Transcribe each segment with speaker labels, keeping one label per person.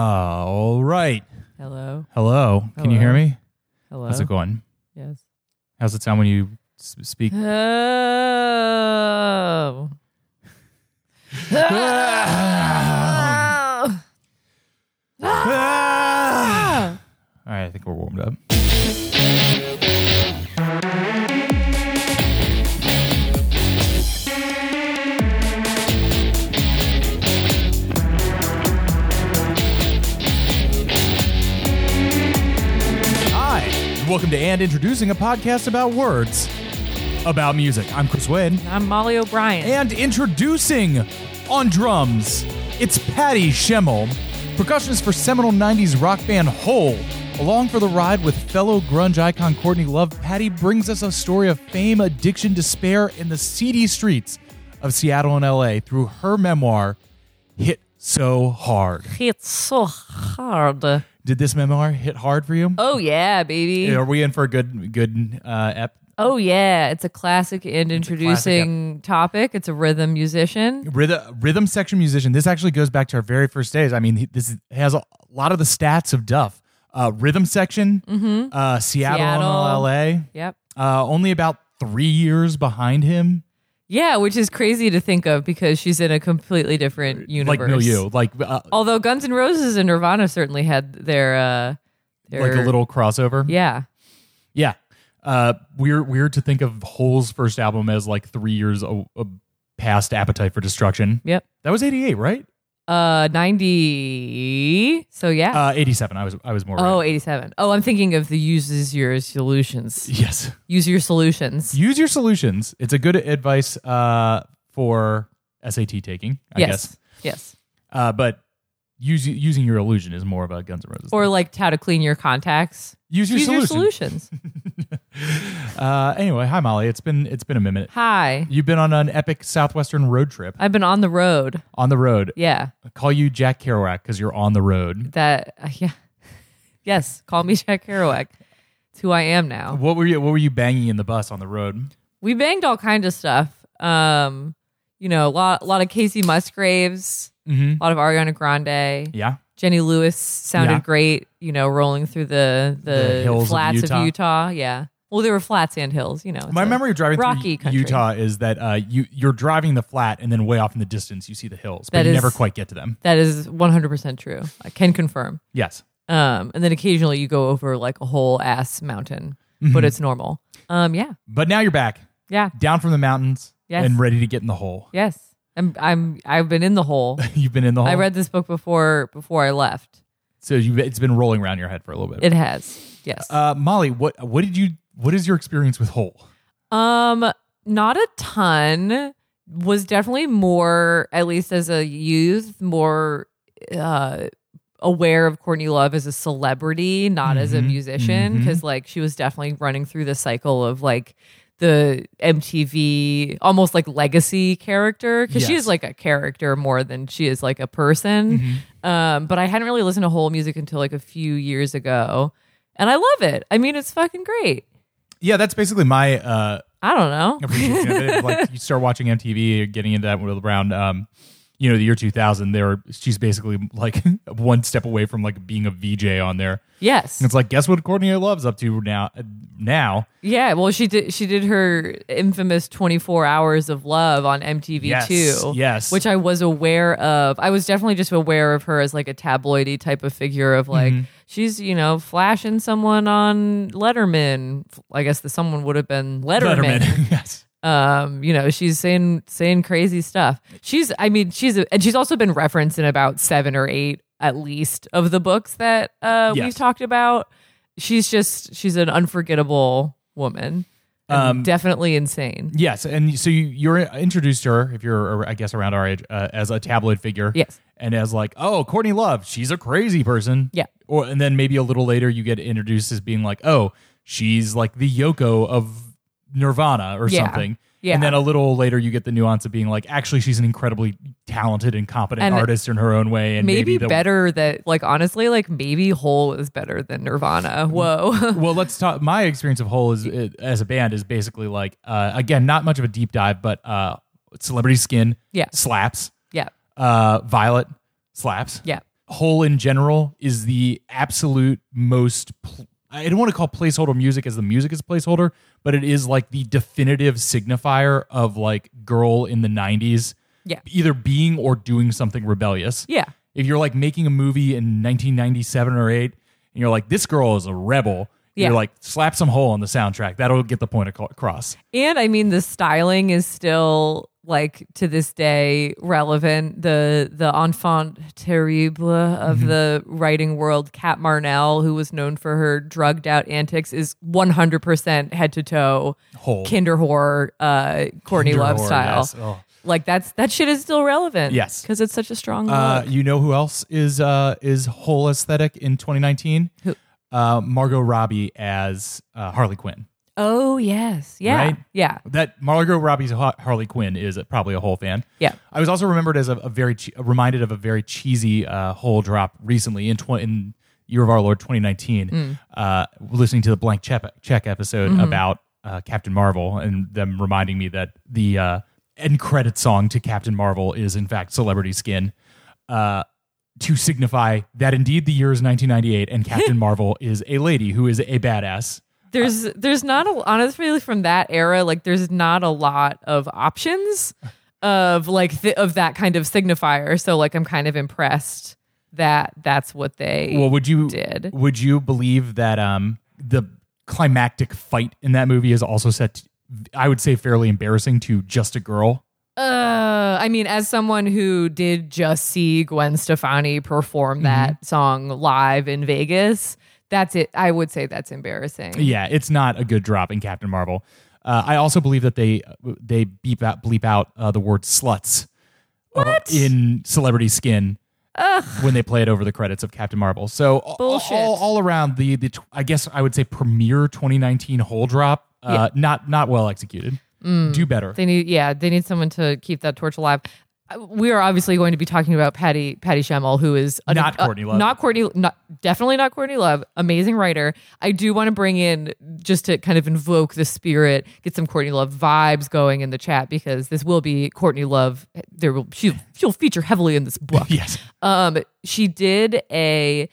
Speaker 1: All right.
Speaker 2: Hello.
Speaker 1: Hello. Can you hear
Speaker 2: Hello.
Speaker 1: me?
Speaker 2: Hello.
Speaker 1: How's it going?
Speaker 2: Yes.
Speaker 1: How's it sound when you s- speak?
Speaker 2: Oh. Oh.
Speaker 1: Ah! All right, I think we're warmed up. Hi, and welcome to And Introducing, a podcast about words, about music. I'm Chris Wynn.
Speaker 2: I'm Molly O'Brien.
Speaker 1: And introducing on drums, it's Patty Schemmel, percussionist for seminal 90s rock band Hole. Along for the ride with fellow grunge icon Courtney Love, Patty brings us a story of fame, addiction, despair, and the seedy streets of Seattle and LA through her memoir, Hit So Hard.
Speaker 2: It's so hard.
Speaker 1: Did this memoir hit hard for you?
Speaker 2: Oh yeah, baby.
Speaker 1: Are we in for a good good uh, ep?
Speaker 2: Oh yeah, it's a classic
Speaker 1: classic,
Speaker 2: and introducing topic. It's a rhythm musician.
Speaker 1: rhythm, rhythm section musician. This actually goes back to our very first days. I mean, he- this is- has a lot of the stats of Duff. Uh, rhythm section, uh, Seattle,
Speaker 2: Mm-hmm. Seattle.
Speaker 1: and
Speaker 2: Yep.
Speaker 1: LA, uh, only about three years behind him.
Speaker 2: Yeah, which is crazy to think of because she's in a completely different universe.
Speaker 1: Like milieu, like uh,
Speaker 2: Although Guns N' Roses and Nirvana certainly had their uh their
Speaker 1: like a little crossover.
Speaker 2: Yeah.
Speaker 1: yeah. Uh, weird, weird to think of Hole's first album as like three years a, a past Appetite for Destruction.
Speaker 2: Yep.
Speaker 1: That was eighty eight, right?
Speaker 2: Uh 90. So yeah.
Speaker 1: Uh, eighty seven. I was, I was more.
Speaker 2: oh,
Speaker 1: right.
Speaker 2: 87. Oh, I'm thinking of the uses your solutions.
Speaker 1: yes.
Speaker 2: Use your solutions.
Speaker 1: Use your solutions. It's a good advice uh, for SAT taking, I
Speaker 2: yes.
Speaker 1: guess.
Speaker 2: Yes.
Speaker 1: Uh, but use, using your illusion is more about Guns N' Roses.
Speaker 2: Or like how to clean your contacts.
Speaker 1: use your
Speaker 2: Use
Speaker 1: solution.
Speaker 2: your solutions.
Speaker 1: Uh, anyway, hi Molly. It's been it's been a minute.
Speaker 2: Hi.
Speaker 1: You've been on an epic southwestern road trip
Speaker 2: I've been on the road.
Speaker 1: on the road.
Speaker 2: Yeah.
Speaker 1: I call you Jack Kerouac because you're on the road.
Speaker 2: That uh, yeah. yes, call me Jack Kerouac. It's who I am now.
Speaker 1: What were you What were you banging in the bus on the road?
Speaker 2: We banged all kinds of stuff. Um, you know, a lot, lot of Casey Musgraves,
Speaker 1: Mm-hmm.
Speaker 2: a lot of Ariana Grande.
Speaker 1: Yeah,
Speaker 2: Jenny Lewis sounded
Speaker 1: Yeah.
Speaker 2: great, you know, rolling through the the,
Speaker 1: The hills of
Speaker 2: flats of Utah.
Speaker 1: Utah.
Speaker 2: Yeah. Well, there were flats and hills, you know. it's
Speaker 1: my
Speaker 2: a-
Speaker 1: memory of driving
Speaker 2: rocky
Speaker 1: through
Speaker 2: country.
Speaker 1: Utah is that uh, you you're driving the flat and then way off in the distance you see the hills, but
Speaker 2: That
Speaker 1: you
Speaker 2: is-
Speaker 1: never quite get to them.
Speaker 2: That is 100% true. I can confirm.
Speaker 1: Yes,
Speaker 2: Um, and then occasionally you go over like a whole ass mountain,
Speaker 1: Mm-hmm.
Speaker 2: but it's normal. Um, yeah.
Speaker 1: but now you're back
Speaker 2: Yeah.
Speaker 1: down from the mountains
Speaker 2: Yes.
Speaker 1: and ready to get in the hole.
Speaker 2: Yes. I'm I'm I've been in the hole.
Speaker 1: You've been in the hole.
Speaker 2: I read this book before before I left.
Speaker 1: So you it's been rolling around your head for a little bit.
Speaker 2: It has. Yes.
Speaker 1: uh, Molly, what what did you what is your experience with Hole?
Speaker 2: Um, not a ton. Was definitely more, at least as a youth, more uh, aware of Courtney Love as a celebrity, not as a
Speaker 1: Mhm,
Speaker 2: musician,
Speaker 1: mhm.
Speaker 2: because like she was definitely running through the cycle of like the MTV almost like legacy character because she
Speaker 1: Yes.
Speaker 2: is like a character more than she is like a person.
Speaker 1: Mm-hmm.
Speaker 2: Um, but I hadn't really listened to whole music until like a few years ago, and I love it. I mean, it's fucking great.
Speaker 1: Yeah, that's basically my uh,
Speaker 2: I don't know.
Speaker 1: appreciation of it. Like you start watching MTV, you're getting into that world around, um, you know, the year 2000. There, she's basically like one step away from like being a VJ on there.
Speaker 2: Yes.
Speaker 1: It's like guess what Courtney Love's up to now? Now,
Speaker 2: Yeah, well, she did. She did her infamous twenty-four hours of love on MTV
Speaker 1: Yes,
Speaker 2: Two,
Speaker 1: yes.
Speaker 2: which I was aware of. I was definitely just aware of her as like a tabloidy type of figure of like
Speaker 1: Mm-hmm.
Speaker 2: she's you know flashing someone on Letterman. I guess the someone would have been Letterman.
Speaker 1: yes.
Speaker 2: Um, you know, she's saying saying crazy stuff. She's, I mean, she's a, and she's also been referenced in about seven or eight at least of the books that uh,
Speaker 1: Yes.
Speaker 2: we've talked about. She's just she's an unforgettable woman.
Speaker 1: Um,
Speaker 2: Um, definitely insane.
Speaker 1: Yes, and so you, you're introduced to her if you're, I guess, around our age uh, as a tabloid figure.
Speaker 2: Yes.
Speaker 1: and as like, oh, Courtney Love, she's a crazy person.
Speaker 2: Yeah.
Speaker 1: or and then maybe a little later you get introduced as being like, oh, she's like the Yoko of Nirvana or
Speaker 2: Yeah.
Speaker 1: something.
Speaker 2: Yeah.
Speaker 1: And then a little later, you get the nuance of being like, actually, she's an incredibly talented and competent
Speaker 2: And
Speaker 1: artist in her own way, and
Speaker 2: Maybe,
Speaker 1: maybe, the,
Speaker 2: better that like honestly, like maybe Hole is better than Nirvana. Whoa.
Speaker 1: well let's talk my experience of whole is it, as a band is basically like uh, again not much of a deep dive but uh, celebrity skin
Speaker 2: Yeah.
Speaker 1: slaps
Speaker 2: yeah.
Speaker 1: uh, violet slaps
Speaker 2: Yeah.
Speaker 1: Hole in general is the absolute most. Pl- I don't want to call placeholder music as the music is placeholder, but it is like the definitive signifier of like girl in the 90s
Speaker 2: Yeah.
Speaker 1: either being or doing something rebellious.
Speaker 2: Yeah.
Speaker 1: If you're like making a movie in 1997 or 8 and you're like this girl is a rebel,
Speaker 2: Yeah.
Speaker 1: you're like slap some hole on the soundtrack. That'll get the point aco- across.
Speaker 2: And I mean the styling is still like to this day relevant. The the enfant terrible of
Speaker 1: Mm-hmm.
Speaker 2: the writing world, Kat Marnell, who was known for her drugged out antics, is one hundred percent head to toe
Speaker 1: Hole.
Speaker 2: kinder horror, uh, Courtney
Speaker 1: Kinder
Speaker 2: Love
Speaker 1: horror,
Speaker 2: style.
Speaker 1: yes. Oh.
Speaker 2: Like that's that shit is still relevant.
Speaker 1: Yes.
Speaker 2: because it's such a strong.
Speaker 1: Uh,
Speaker 2: look.
Speaker 1: you know who else is uh, is whole aesthetic in 2019?
Speaker 2: Who?
Speaker 1: Uh, Margot Robbie as uh, Harley Quinn.
Speaker 2: oh yes, yeah,
Speaker 1: Right?
Speaker 2: yeah,
Speaker 1: That Margot Robbie's Har- Harley Quinn is probably a whole fan.
Speaker 2: yeah.
Speaker 1: I was also remembered as a, a very che- reminded of a very cheesy uh, whole drop recently in, tw- in year of our Lord 2019, uh, listening to the blank check, check episode about uh, Captain Marvel and them reminding me that the uh, end credit song to Captain Marvel is in fact Celebrity Skin. Uh, to signify that indeed the year is 1998 and Captain Marvel is a lady who is a badass.
Speaker 2: there's there's not a honestly from that era like there's not a lot of options of like th- of that kind of signifier so like i'm kind of impressed that that's what they
Speaker 1: Well, would you
Speaker 2: did.
Speaker 1: would you believe that um the climactic fight in that movie is also set to, I would say fairly embarrassing to just a girl.
Speaker 2: uh i mean as someone who did just see gwen stefani perform that song live in vegas that's it i would say that's embarrassing
Speaker 1: Yeah, it's not a good drop in Captain Marvel. Uh, I also believe that they they beep out bleep out uh, the word sluts uh, in celebrity skin when they play it over the credits of Captain Marvel. So all-
Speaker 2: Bullshit.
Speaker 1: all, all around the the tw- I guess I would say premiere 2019 whole drop uh, not not well executed. Do better.
Speaker 2: They need, yeah, they need someone to keep that torch alive. Uh, We are obviously going to be talking about Patty Patty Schemmel, who is an-
Speaker 1: Not
Speaker 2: uh,
Speaker 1: Courtney Love.
Speaker 2: not Courtney, not definitely not Courtney Love. Amazing writer. I do want to bring in just to kind of invoke the spirit, get some Courtney Love vibes going in the chat because this will be Courtney Love. There will she she'll feature heavily in this book.
Speaker 1: yes.
Speaker 2: Um, she did a,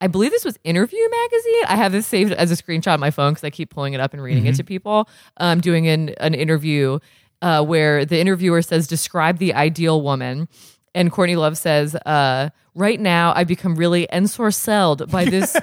Speaker 2: I believe this was Interview Magazine. I have this saved as a screenshot on my phone because I keep pulling it up and reading it to people. Um, doing an an interview, uh, where the interviewer says, "Describe the ideal woman," and Courtney Love says, uh. Right now, I become really ensorcelled by this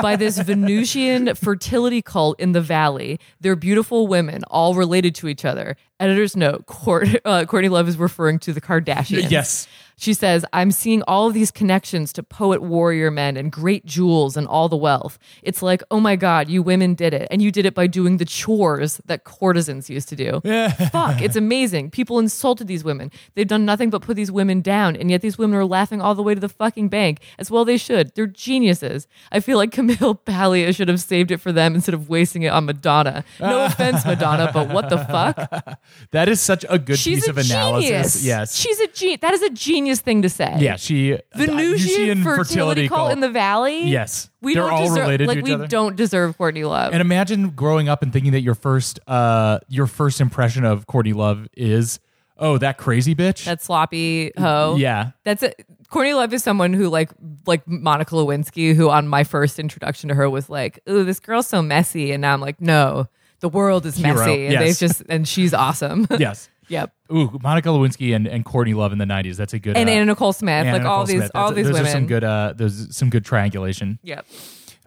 Speaker 2: by this Venusian fertility cult in the valley. They're beautiful women, all related to each other. Editor's note: Court, uh, Courtney Love is referring to the Kardashians.
Speaker 1: Yes.
Speaker 2: She says, I'm seeing all of these connections to poet warrior men and great jewels and all the wealth. It's like, oh my God, you women did it. And you did it by doing the chores that courtesans used to do. Fuck, it's amazing. People insulted these women. They've done nothing but put these women down. And yet these women are laughing all the way to the fucking bank, as well they should. They're geniuses. I feel like Camille Paglia should have saved it for them instead of wasting it on Madonna. No offense, Madonna, but what the fuck?
Speaker 1: That is such a good
Speaker 2: She's
Speaker 1: piece
Speaker 2: a
Speaker 1: of analysis.
Speaker 2: genius.
Speaker 1: Yes.
Speaker 2: She's a genius. That is a genius thing to say.
Speaker 1: yeah, she
Speaker 2: Venusian fertility, cult in the valley.
Speaker 1: Yes.
Speaker 2: we
Speaker 1: They're
Speaker 2: don't
Speaker 1: all
Speaker 2: deserve,
Speaker 1: related
Speaker 2: Like
Speaker 1: to each
Speaker 2: we
Speaker 1: other.
Speaker 2: don't deserve Courtney Love.
Speaker 1: And imagine growing up and thinking that your first uh your first impression of Courtney Love is, oh, that crazy bitch.
Speaker 2: that sloppy hoe.
Speaker 1: Mm, yeah.
Speaker 2: that's it. Courtney Love is someone who like like Monica Lewinsky, who on my first introduction to her was like, "Ooh, this girl's so messy," and now I'm like, "No, the world is
Speaker 1: Hero,
Speaker 2: messy," and
Speaker 1: yes.
Speaker 2: they've just and she's awesome.
Speaker 1: Yes.
Speaker 2: yep.
Speaker 1: Ooh, Monica Lewinsky and, and Courtney Love in the nineties. That's a good
Speaker 2: And
Speaker 1: uh,
Speaker 2: Anna Nicole Smith,
Speaker 1: Anna
Speaker 2: like all
Speaker 1: Nicole
Speaker 2: these
Speaker 1: Smith.
Speaker 2: all
Speaker 1: That's-
Speaker 2: these
Speaker 1: those
Speaker 2: women.
Speaker 1: Are some good uh there's some good triangulation.
Speaker 2: Yep.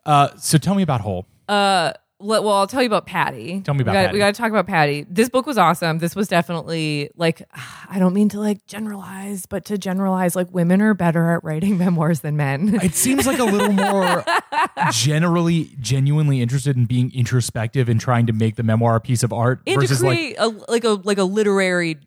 Speaker 1: Uh so tell me about Hole.
Speaker 2: Let- well, I'll tell you about Patty.
Speaker 1: Tell me about
Speaker 2: we gotta,
Speaker 1: Patty.
Speaker 2: We got to talk about Patty. This book was awesome. This was definitely like I don't mean to like generalize, but to generalize like women are better at writing memoirs than men.
Speaker 1: It seems like a little more generally, genuinely interested in being introspective and trying to make the memoir a piece of art
Speaker 2: and to
Speaker 1: versus like
Speaker 2: create a like a like a literary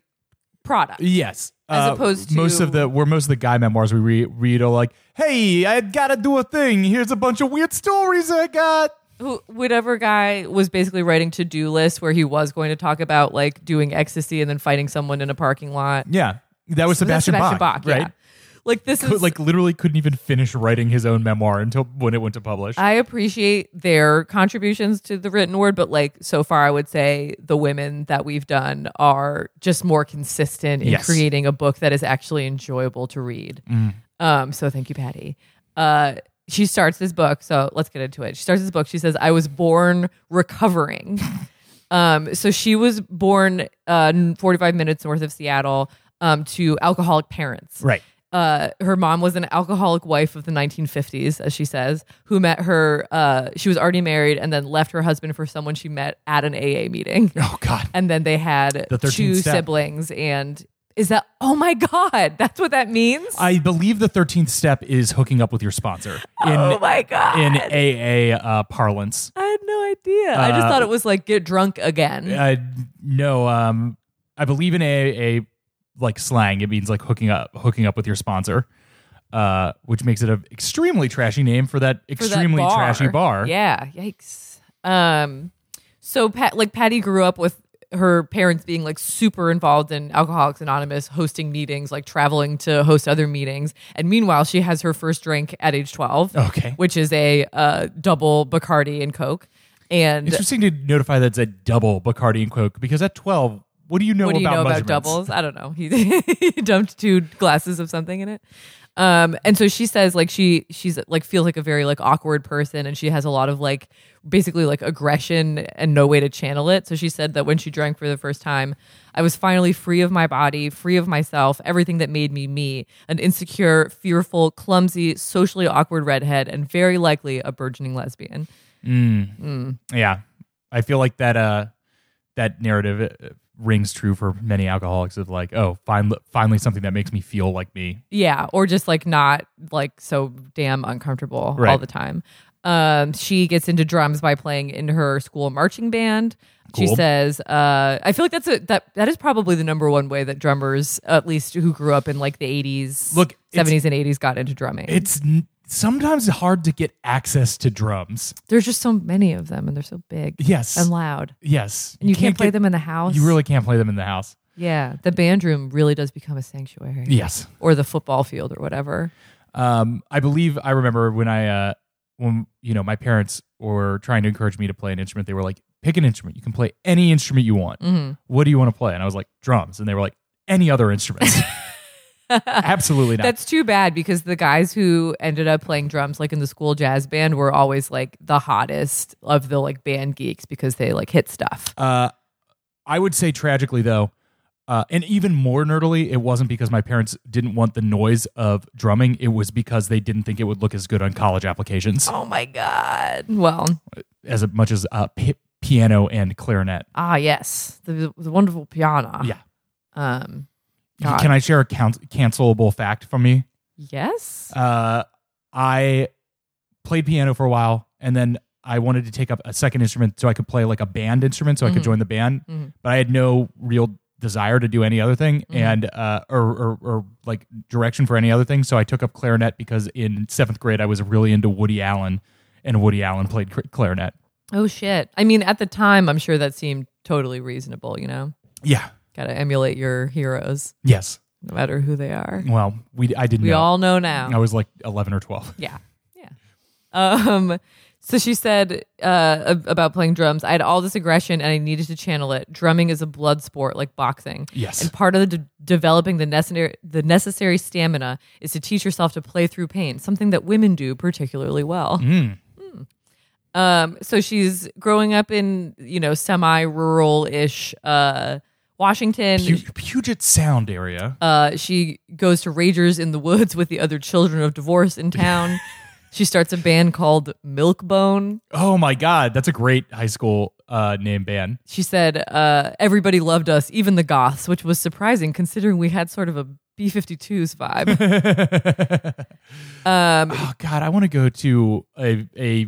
Speaker 2: product.
Speaker 1: Yes. Uh,
Speaker 2: As opposed
Speaker 1: most
Speaker 2: to-
Speaker 1: of the where most of the guy memoirs we re- read are like, "Hey, I gotta do a thing. Here's a bunch of weird stories I got."
Speaker 2: Who, whatever guy was basically writing to do lists where he was going to talk about like doing ecstasy and then fighting someone in a parking lot.
Speaker 1: Yeah, that was
Speaker 2: That's
Speaker 1: Sebastian, Bach,
Speaker 2: yeah.
Speaker 1: right?
Speaker 2: Like this is
Speaker 1: Like literally couldn't even finish writing his own memoir until when it went to publish.
Speaker 2: I appreciate their contributions to the written word, but like so far, I would say the women that we've done are just more consistent in
Speaker 1: Yes.
Speaker 2: creating a book that is actually enjoyable to read. Um, so thank you, Patty. Uh, she starts this book. So let's get into it. She starts this book. She says, I was born recovering. um, so she was born uh, 45 minutes north of Seattle um, to alcoholic parents.
Speaker 1: Right.
Speaker 2: Uh, her mom was an alcoholic wife of the 1950s, as she says, who met her. Uh, she was already married and then left her husband for someone she met at an AA meeting.
Speaker 1: Oh God.
Speaker 2: And then they had
Speaker 1: The 13th
Speaker 2: two
Speaker 1: step.
Speaker 2: siblings. And is that, oh my God, that's what that means?
Speaker 1: I believe the thirteenth step is hooking up with your sponsor in
Speaker 2: oh my God.
Speaker 1: in AA uh, parlance.
Speaker 2: I had no idea. I just
Speaker 1: Uh,
Speaker 2: thought it was like get drunk again.
Speaker 1: Uh, no, um, I believe in AA like slang. It means like hooking up, hooking up with your sponsor, uh, which makes it an extremely trashy name for that
Speaker 2: for that
Speaker 1: extremely trashy bar.
Speaker 2: Yeah, yikes. Um, so Pat, like Patty, grew up with her parents being like super involved in Alcoholics Anonymous, hosting meetings, like traveling to host other meetings, and meanwhile she has her first drink at age twelve,
Speaker 1: Okay.
Speaker 2: which is a uh, double Bacardi and Coke. And
Speaker 1: Interesting to notify that it's a double Bacardi and Coke because at twelve, what do you know
Speaker 2: what do you
Speaker 1: about
Speaker 2: know about
Speaker 1: measurements?
Speaker 2: doubles? I don't know. He, he dumped two glasses of something in it. Um, and so she says like she she's like feels like a very like awkward person and she has a lot of like basically like aggression and no way to channel it. So she said that when she drank for the first time, I was finally free of my body, free of myself, everything that made me me, an insecure, fearful, clumsy, socially awkward redhead and very likely a burgeoning lesbian.
Speaker 1: Yeah, I feel like that uh that narrative uh, rings true for many alcoholics of like, oh, finally, finally something that makes me feel like me.
Speaker 2: Yeah, or just like not like so damn uncomfortable all
Speaker 1: Right.
Speaker 2: the time. Um, she gets into drums by playing in her school marching band. She
Speaker 1: Cool.
Speaker 2: says, uh, "I feel like that's a that that is probably the number one way that drummers, at least who grew up in like the eighties,
Speaker 1: Look, it's-
Speaker 2: seventies and eighties, got into drumming.
Speaker 1: It's n- sometimes hard to get access to drums.
Speaker 2: There's just so many of them, and they're so big,
Speaker 1: Yes,
Speaker 2: and loud,
Speaker 1: yes.
Speaker 2: and you, can't, play
Speaker 1: get-
Speaker 2: them in the house.
Speaker 1: You really can't play them in the house.
Speaker 2: yeah. The band room really does become a sanctuary,
Speaker 1: Yes.
Speaker 2: or the football field, or whatever.
Speaker 1: Um, I believe I remember when I uh, when you know my parents were trying to encourage me to play an instrument. They were like, "Pick an instrument. You can play any instrument you want.
Speaker 2: Mhm.
Speaker 1: What do you want to play?" And I was like, "Drums." And they were like, "Any other instruments? Absolutely not."
Speaker 2: That's too bad because the guys who ended up playing drums like in the school jazz band were always like the hottest of the like band geeks because they like hit stuff.
Speaker 1: Uh, I would say tragically though, uh, and even more nerdily, it wasn't because my parents didn't want the noise of drumming. It was because they didn't think it would look as good on college applications
Speaker 2: Oh my god. Well,
Speaker 1: as much as uh, pi piano and clarinet.
Speaker 2: ah yes, the, the wonderful piano.
Speaker 1: Yeah.
Speaker 2: Um God.
Speaker 1: Can I share a coun cancelable fact from me?
Speaker 2: yes.
Speaker 1: Uh, I played piano for a while, and then I wanted to take up a second instrument so I could play like a band instrument, so I could join the band.
Speaker 2: Mhm.
Speaker 1: But I had no real desire to do any other thing,
Speaker 2: Mm-hmm.
Speaker 1: and uh, or, or or like direction for any other thing. So I took up clarinet because in seventh grade I was really into Woody Allen, and Woody Allen played cl- clarinet.
Speaker 2: oh shit. I mean, at the time, I'm sure that seemed totally reasonable, you know.
Speaker 1: Yeah.
Speaker 2: Got to emulate your heroes
Speaker 1: Yes.
Speaker 2: no matter who they are.
Speaker 1: Well, we I didn't.
Speaker 2: We
Speaker 1: know.
Speaker 2: all know now.
Speaker 1: I was like eleven or twelve.
Speaker 2: Yeah. Yeah. Um, so she said uh, ab- about playing drums, I had all this aggression and I needed to channel it. Drumming is a blood sport like boxing.
Speaker 1: Yes.
Speaker 2: And part of the de- developing the necessary the necessary stamina is to teach yourself to play through pain, something that women do particularly well. Hmm. Um, so she's growing up in, you know, semi-rural-ish uh, Washington.
Speaker 1: Pu- Puget Sound area.
Speaker 2: Uh, she goes to Ragers in the woods with the other children of divorce in town. she starts a band called Milkbone.
Speaker 1: Oh my God, that's a great high school uh, name band.
Speaker 2: She said, uh, everybody loved us, even the goths, which was surprising considering we had sort of a B 52s vibe. um,
Speaker 1: Oh God, I want to go to a a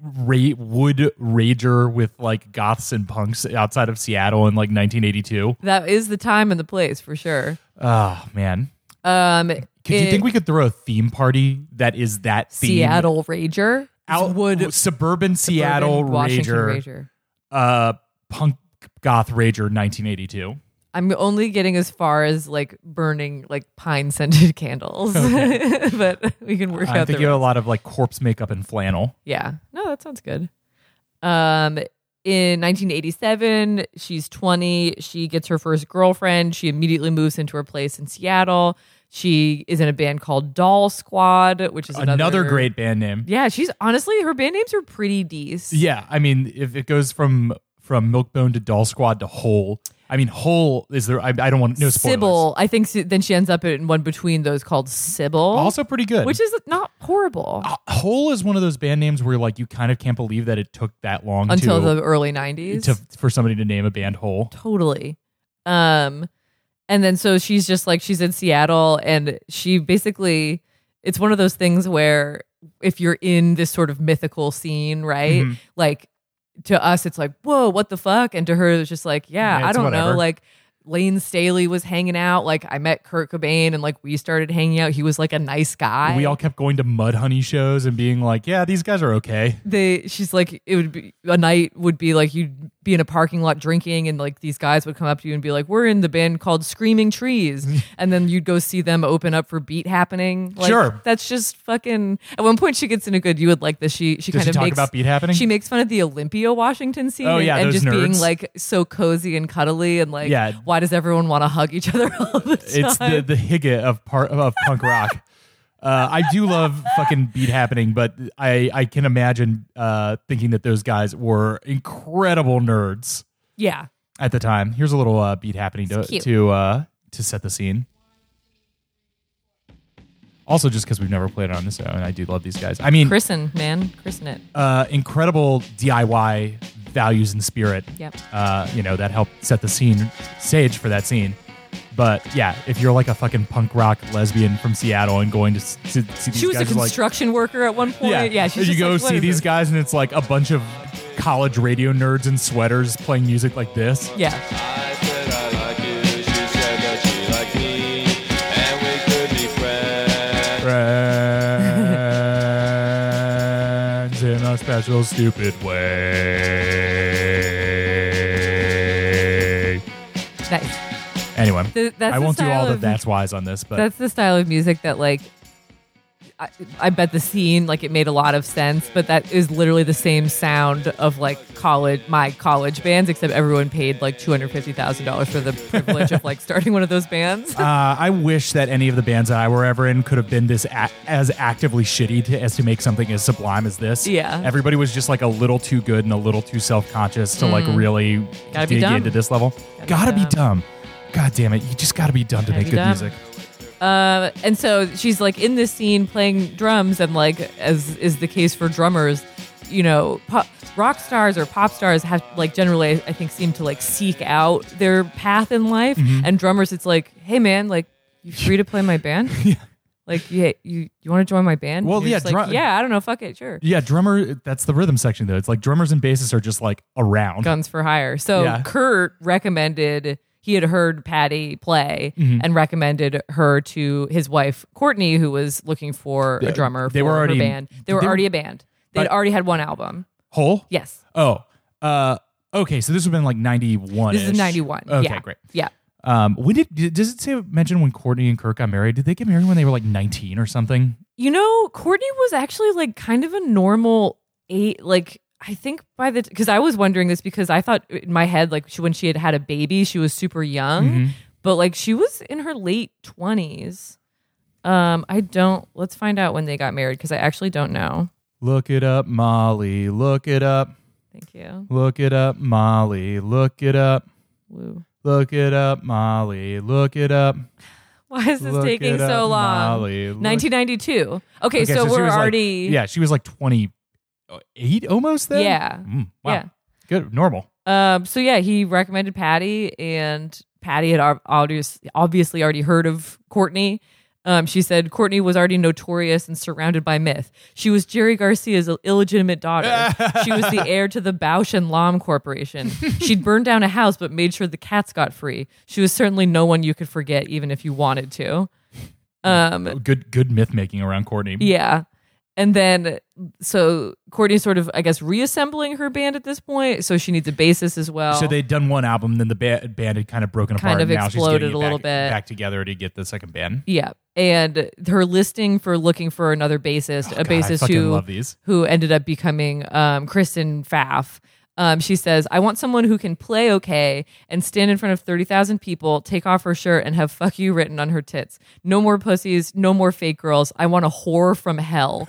Speaker 1: ra- wood rager with like goths and punks outside of Seattle in like 1982.
Speaker 2: that is the time and the place for sure.
Speaker 1: Oh man,
Speaker 2: Um,
Speaker 1: could you think we could throw a theme party that is that theme?
Speaker 2: Seattle Rager?
Speaker 1: out
Speaker 2: Wood-
Speaker 1: suburban Seattle
Speaker 2: Suburban Washington
Speaker 1: rager,
Speaker 2: Rager.
Speaker 1: uh, punk goth rager 1982.
Speaker 2: I'm only getting as far as like burning like pine scented candles, but we can work
Speaker 1: I'm
Speaker 2: out the
Speaker 1: thinking of a lot of like corpse makeup and flannel.
Speaker 2: Yeah. No, that sounds good. Um in 1987, she's 20. She gets her first girlfriend. She immediately moves into her place in Seattle. She is in a band called Doll Squad, which is
Speaker 1: Another,
Speaker 2: another,
Speaker 1: great band name.
Speaker 2: Yeah, she's honestly her band names are pretty decent.
Speaker 1: Yeah, I mean, if it goes from from Milkbone to Doll Squad to Hole, I mean, Hole is there. I, I don't want no spoilers.
Speaker 2: Sybil, I think s- then she ends up in one between those called Sybil,
Speaker 1: also pretty good.
Speaker 2: which is not horrible
Speaker 1: Ah, Hole is one of those band names where like you kind of can't believe that it took that long
Speaker 2: until
Speaker 1: to,
Speaker 2: the early nineties.
Speaker 1: to for somebody to name a band Hole.
Speaker 2: totally um and then so she's just like she's in seattle and she basically it's one of those things where if you're in this sort of mythical scene right
Speaker 1: Mhm.
Speaker 2: like to us it's like whoa what the fuck and to her it's just like yeah,
Speaker 1: Yeah,
Speaker 2: i
Speaker 1: it's
Speaker 2: don't
Speaker 1: whatever.
Speaker 2: know like lane staley was hanging out like i met kurt cobain and like we started hanging out he was like a nice guy
Speaker 1: we all kept going to Mud Honey shows and being like, yeah, these guys are okay.
Speaker 2: they she's like it would be a night would be like you'd be in a parking lot drinking and like these guys would come up to you and be like we're in the band called screaming trees and then you'd go see them open up for beat happening like
Speaker 1: Sure.
Speaker 2: that's just fucking at one point she gets in a good you would like this she she
Speaker 1: Does
Speaker 2: kind
Speaker 1: she
Speaker 2: of
Speaker 1: talk
Speaker 2: makes
Speaker 1: about beat happening?
Speaker 2: she makes fun of the olympia washington scene
Speaker 1: Oh, yeah,
Speaker 2: and, and
Speaker 1: those
Speaker 2: just being
Speaker 1: nerds.
Speaker 2: like so cozy and cuddly and like
Speaker 1: Yeah.
Speaker 2: why does everyone want to hug each other all the time
Speaker 1: it's the the higa of part of punk rock. Uh, I do love fucking beat happening, but I I can imagine uh, thinking that those guys were incredible nerds
Speaker 2: yeah
Speaker 1: at the time. Here's a little uh, beat happening to
Speaker 2: It's cute.
Speaker 1: to uh, to set the scene. Also, just because we've never played it on this, and I do love these guys. I mean,
Speaker 2: christen man christen it
Speaker 1: uh, incredible DIY values and spirit.
Speaker 2: Yep.
Speaker 1: Uh, you know, that helped set the scene, stage for that scene. But yeah, if you're like a fucking punk rock lesbian from Seattle and going to, s- to see these
Speaker 2: she was a
Speaker 1: guys, like,
Speaker 2: construction worker at one point.
Speaker 1: yeah,
Speaker 2: Yeah,
Speaker 1: you
Speaker 2: she's just
Speaker 1: go
Speaker 2: like,
Speaker 1: see
Speaker 2: "What
Speaker 1: these
Speaker 2: is
Speaker 1: guys and it's like a bunch of college radio nerds in sweaters playing music like this.
Speaker 2: this?" Yeah.
Speaker 3: I said I like you, she said that she liked me, and we could be friends.
Speaker 1: Friends in a special stupid way.
Speaker 2: Nice.
Speaker 1: Anyway,
Speaker 2: Th- that's
Speaker 1: I
Speaker 2: the
Speaker 1: won't do all
Speaker 2: style
Speaker 1: the
Speaker 2: of-
Speaker 1: that's whys on this, but
Speaker 2: That's the style of music that like I, I bet the scene like it made a lot of sense, but that is literally the same sound of like college my college bands, except everyone paid like two hundred fifty thousand dollars for the privilege of like starting one of those bands.
Speaker 1: uh, I wish that any of the bands that I were ever in could have been this a- as actively shitty to, as to make something as sublime as this.
Speaker 2: Yeah.
Speaker 1: everybody was just like a little too good and a little too self conscious to like really
Speaker 2: Mm. Gotta be
Speaker 1: dig
Speaker 2: dumb.
Speaker 1: into this level. Gotta,
Speaker 2: Gotta be
Speaker 1: be, dumb. God damn it! You just gotta be dumb to
Speaker 2: Gotta
Speaker 1: make
Speaker 2: be
Speaker 1: good
Speaker 2: dumb.
Speaker 1: music.
Speaker 2: Uh, and so she's like in this scene playing drums, and like as is the case for drummers, you know, pop, rock stars or pop stars have like generally, I think, seem to like seek out their path in life.
Speaker 1: Mm-hmm.
Speaker 2: And drummers, it's like, hey man, like you free to play my band? yeah. Like yeah, you you want to join my band?
Speaker 1: Well,
Speaker 2: And you're
Speaker 1: yeah,
Speaker 2: just like,
Speaker 1: drum-
Speaker 2: yeah, I don't know, fuck it, sure.
Speaker 1: Yeah, drummer. That's the rhythm section though. It's like drummers and bassists are just like around.
Speaker 2: Guns for Hire. So
Speaker 1: Yeah.
Speaker 2: Kurt recommended he had heard Patty play
Speaker 1: Mm-hmm.
Speaker 2: and recommended her to his wife Courtney, who was looking for a drummer.
Speaker 1: they
Speaker 2: for
Speaker 1: were
Speaker 2: her
Speaker 1: already-
Speaker 2: band. They were
Speaker 1: they-
Speaker 2: already a band. They had
Speaker 1: But-
Speaker 2: already had one album.
Speaker 1: Hole.
Speaker 2: Yes,
Speaker 1: Oh. Uh. Okay. So this would have been like ninety one.
Speaker 2: this is ninety one.
Speaker 1: Okay.
Speaker 2: yeah.
Speaker 1: Great.
Speaker 2: Yeah,
Speaker 1: Um, when did does it say mention when Courtney and Kirk got married? Did they get married when they were like nineteen or something?
Speaker 2: you know, Courtney was actually like kind of a normal eight. Like I think by the because I was wondering this because I thought in my head like she, when she had had a baby, she was super young,
Speaker 1: Mm-hmm.
Speaker 2: but like she was in her late twenties. Um, I don't. Let's find out when they got married because I actually don't know.
Speaker 1: Look it up, Molly. Look it up.
Speaker 2: Thank you.
Speaker 1: Look it up, Molly. Look it up.
Speaker 2: Woo.
Speaker 1: Look it up, Molly. Look it up.
Speaker 2: Why is this
Speaker 1: Look
Speaker 2: taking
Speaker 1: it up,
Speaker 2: so long?
Speaker 1: Molly. Look-
Speaker 2: 1992. Okay, so,
Speaker 1: she
Speaker 2: we're
Speaker 1: was, like-
Speaker 2: already
Speaker 1: yeah, she was like twenty eight almost then.
Speaker 2: Yeah.
Speaker 1: Mm, wow.
Speaker 2: Yeah.
Speaker 1: Good. Normal.
Speaker 2: Um, so yeah, he recommended Patty, and Patty had ob- obvious, obviously already heard of Courtney. Um, she said Courtney was already notorious and surrounded by myth. She was Jerry Garcia's ill- illegitimate daughter. she was the heir to the Bausch and Lomb Corporation. She'd burned down a house, but made sure the cats got free. She was certainly no one you could forget, even if you wanted to. Um,
Speaker 1: Good. Good myth making around Courtney.
Speaker 2: yeah. And then, so Courtney's sort of, I guess, reassembling her band at this point. So she needs a bassist as well.
Speaker 1: So they'd done one album, then the ba- band had kind of broken apart.
Speaker 2: Kind of
Speaker 1: and now she's
Speaker 2: exploded
Speaker 1: getting it
Speaker 2: a little
Speaker 1: back-
Speaker 2: bit.
Speaker 1: back together to get the second band.
Speaker 2: Yeah. And her listing for looking for another bassist, a
Speaker 1: Oh, God, I
Speaker 2: bassist
Speaker 1: fucking
Speaker 2: who
Speaker 1: love these.
Speaker 2: who ended up becoming um, Kristen Pfaff. Um, she says, I want someone who can play okay and stand in front of 30,000 people, take off her shirt, and have fuck you written on her tits. No more pussies, no more fake girls. I want a whore from hell.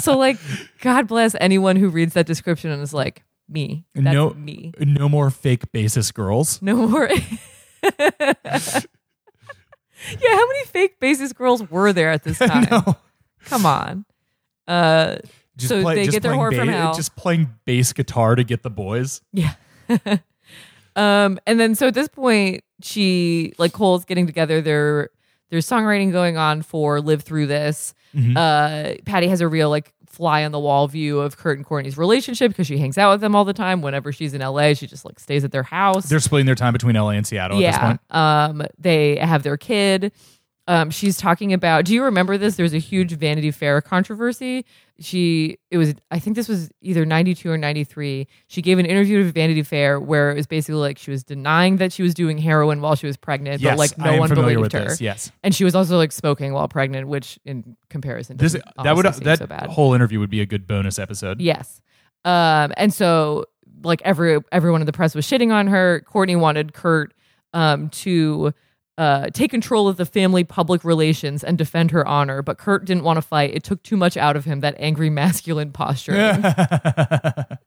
Speaker 2: so, like, God bless anyone who reads that description and is like, me. That's
Speaker 1: no,
Speaker 2: me.
Speaker 1: no more fake basis girls.
Speaker 2: No more. yeah, how many fake basis girls were there at this time?
Speaker 1: No.
Speaker 2: Come on. Uh,
Speaker 1: Just
Speaker 2: So they get their
Speaker 1: playing
Speaker 2: whore from
Speaker 1: ba-
Speaker 2: hell.
Speaker 1: Just playing bass guitar to get the boys.
Speaker 2: Yeah. um, and then so at this point, she like Cole's getting together. Their there's songwriting going on for "Live Through This." Uh, Patty has a real like fly on the wall view of Kurt and Courtney's relationship because she hangs out with them all the time. Whenever she's in LA, she just like stays at their house.
Speaker 1: They're splitting their time between LA and Seattle at this
Speaker 2: yeah.
Speaker 1: point.
Speaker 2: Um, they have their kid. Um, she's talking about. Do you remember this? There was a huge Vanity Fair controversy. She, it was, I think this was either ninety two or ninety three. She gave an interview to Vanity Fair where it was basically like she was denying that she was doing heroin while she was pregnant,
Speaker 1: Yes,
Speaker 2: but like
Speaker 1: I
Speaker 2: no
Speaker 1: am
Speaker 2: one
Speaker 1: familiar
Speaker 2: believed
Speaker 1: with
Speaker 2: her.
Speaker 1: this. Yes,
Speaker 2: And she was also like smoking while pregnant, which in comparison,
Speaker 1: this
Speaker 2: doesn't
Speaker 1: that would
Speaker 2: honestly seem
Speaker 1: that
Speaker 2: so bad.
Speaker 1: whole interview would be a good bonus episode.
Speaker 2: Yes. Um, and so like every everyone in the press was shitting on her. Courtney wanted Kurt um to uh, take control of the family public relations and defend her honor, but Kurt didn't want to fight. It took too much out of him that angry masculine posture.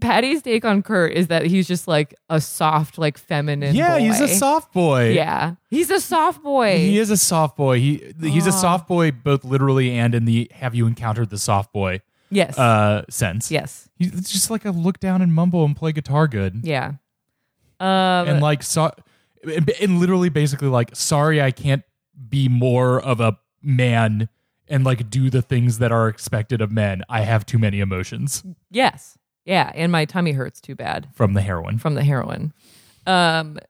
Speaker 2: Patty's take on Kurt is that he's just like a soft, like feminine.
Speaker 1: yeah, he's a
Speaker 2: boy.
Speaker 1: soft boy.
Speaker 2: Yeah, he's a soft boy.
Speaker 1: He is a soft boy. He he's a
Speaker 2: Aw.
Speaker 1: soft boy both literally and in the have you encountered the soft boy
Speaker 2: yes.
Speaker 1: uh sense.
Speaker 2: yes.
Speaker 1: He's it's just like a look down and mumble and play guitar good.
Speaker 2: Yeah. Um,
Speaker 1: and like so and, and literally basically like sorry I can't be more of a man and like do the things that are expected of men. I have too many emotions
Speaker 2: yes. Yeah. And my tummy hurts too bad.
Speaker 1: from the heroin.
Speaker 2: from the heroin. Um,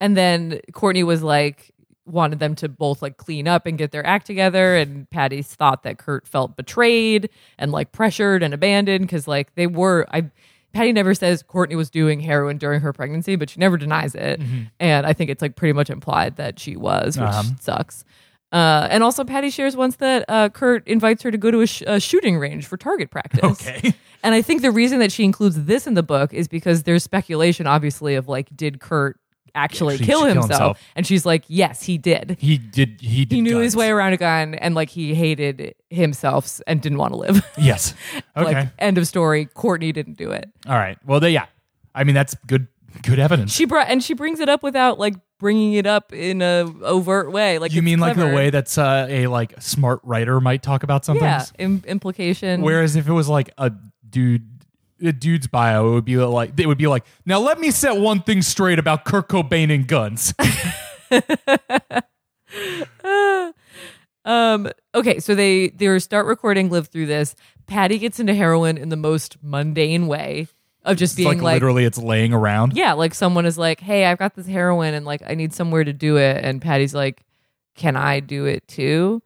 Speaker 2: and then Courtney was like, wanted them to both like clean up and get their act together. And Patty's thought that Kurt felt betrayed and like pressured and abandoned because like they were. I Patty never says Courtney was doing heroin during her pregnancy, but she never denies it. And I think it's like pretty much implied that she was, which
Speaker 1: Mm-hmm. Uh-huh.
Speaker 2: sucks. Uh, and also, Patty shares once that uh, Kurt invites her to go to a, sh- a shooting range for target practice.
Speaker 1: Okay.
Speaker 2: And I think the reason that she includes this in the book is because there's speculation, obviously, of like, did Kurt actually
Speaker 1: Actually, she
Speaker 2: kill,
Speaker 1: killed
Speaker 2: himself?
Speaker 1: himself.
Speaker 2: And she's like, yes, he did.
Speaker 1: He did he did
Speaker 2: He knew his
Speaker 1: guns.
Speaker 2: way around a gun and like he hated himself and didn't want to live.
Speaker 1: Yes. Okay.
Speaker 2: like, end of story. Courtney didn't do it.
Speaker 1: All right. Well, they, yeah. I mean, that's good good evidence.
Speaker 2: She brought, and she brings it up without like bringing it up in a overt way. Like,
Speaker 1: you
Speaker 2: it's
Speaker 1: mean like
Speaker 2: clever.
Speaker 1: the way that's uh, a like smart writer might talk about something?
Speaker 2: yeah, im- implication.
Speaker 1: Whereas if it was like a dude a dude's bio, it would be uh, like it would be like, now let me set one thing straight about Kurt Cobain and guns.
Speaker 2: Um, okay, so they they start recording live through this. Patty gets into heroin in the most mundane way of just
Speaker 1: It's
Speaker 2: being
Speaker 1: like,
Speaker 2: like,
Speaker 1: literally it's laying around.
Speaker 2: yeah, like someone is like, "Hey, I've got this heroin and like I need somewhere to do it." And Patty's like, "Can I do it too?"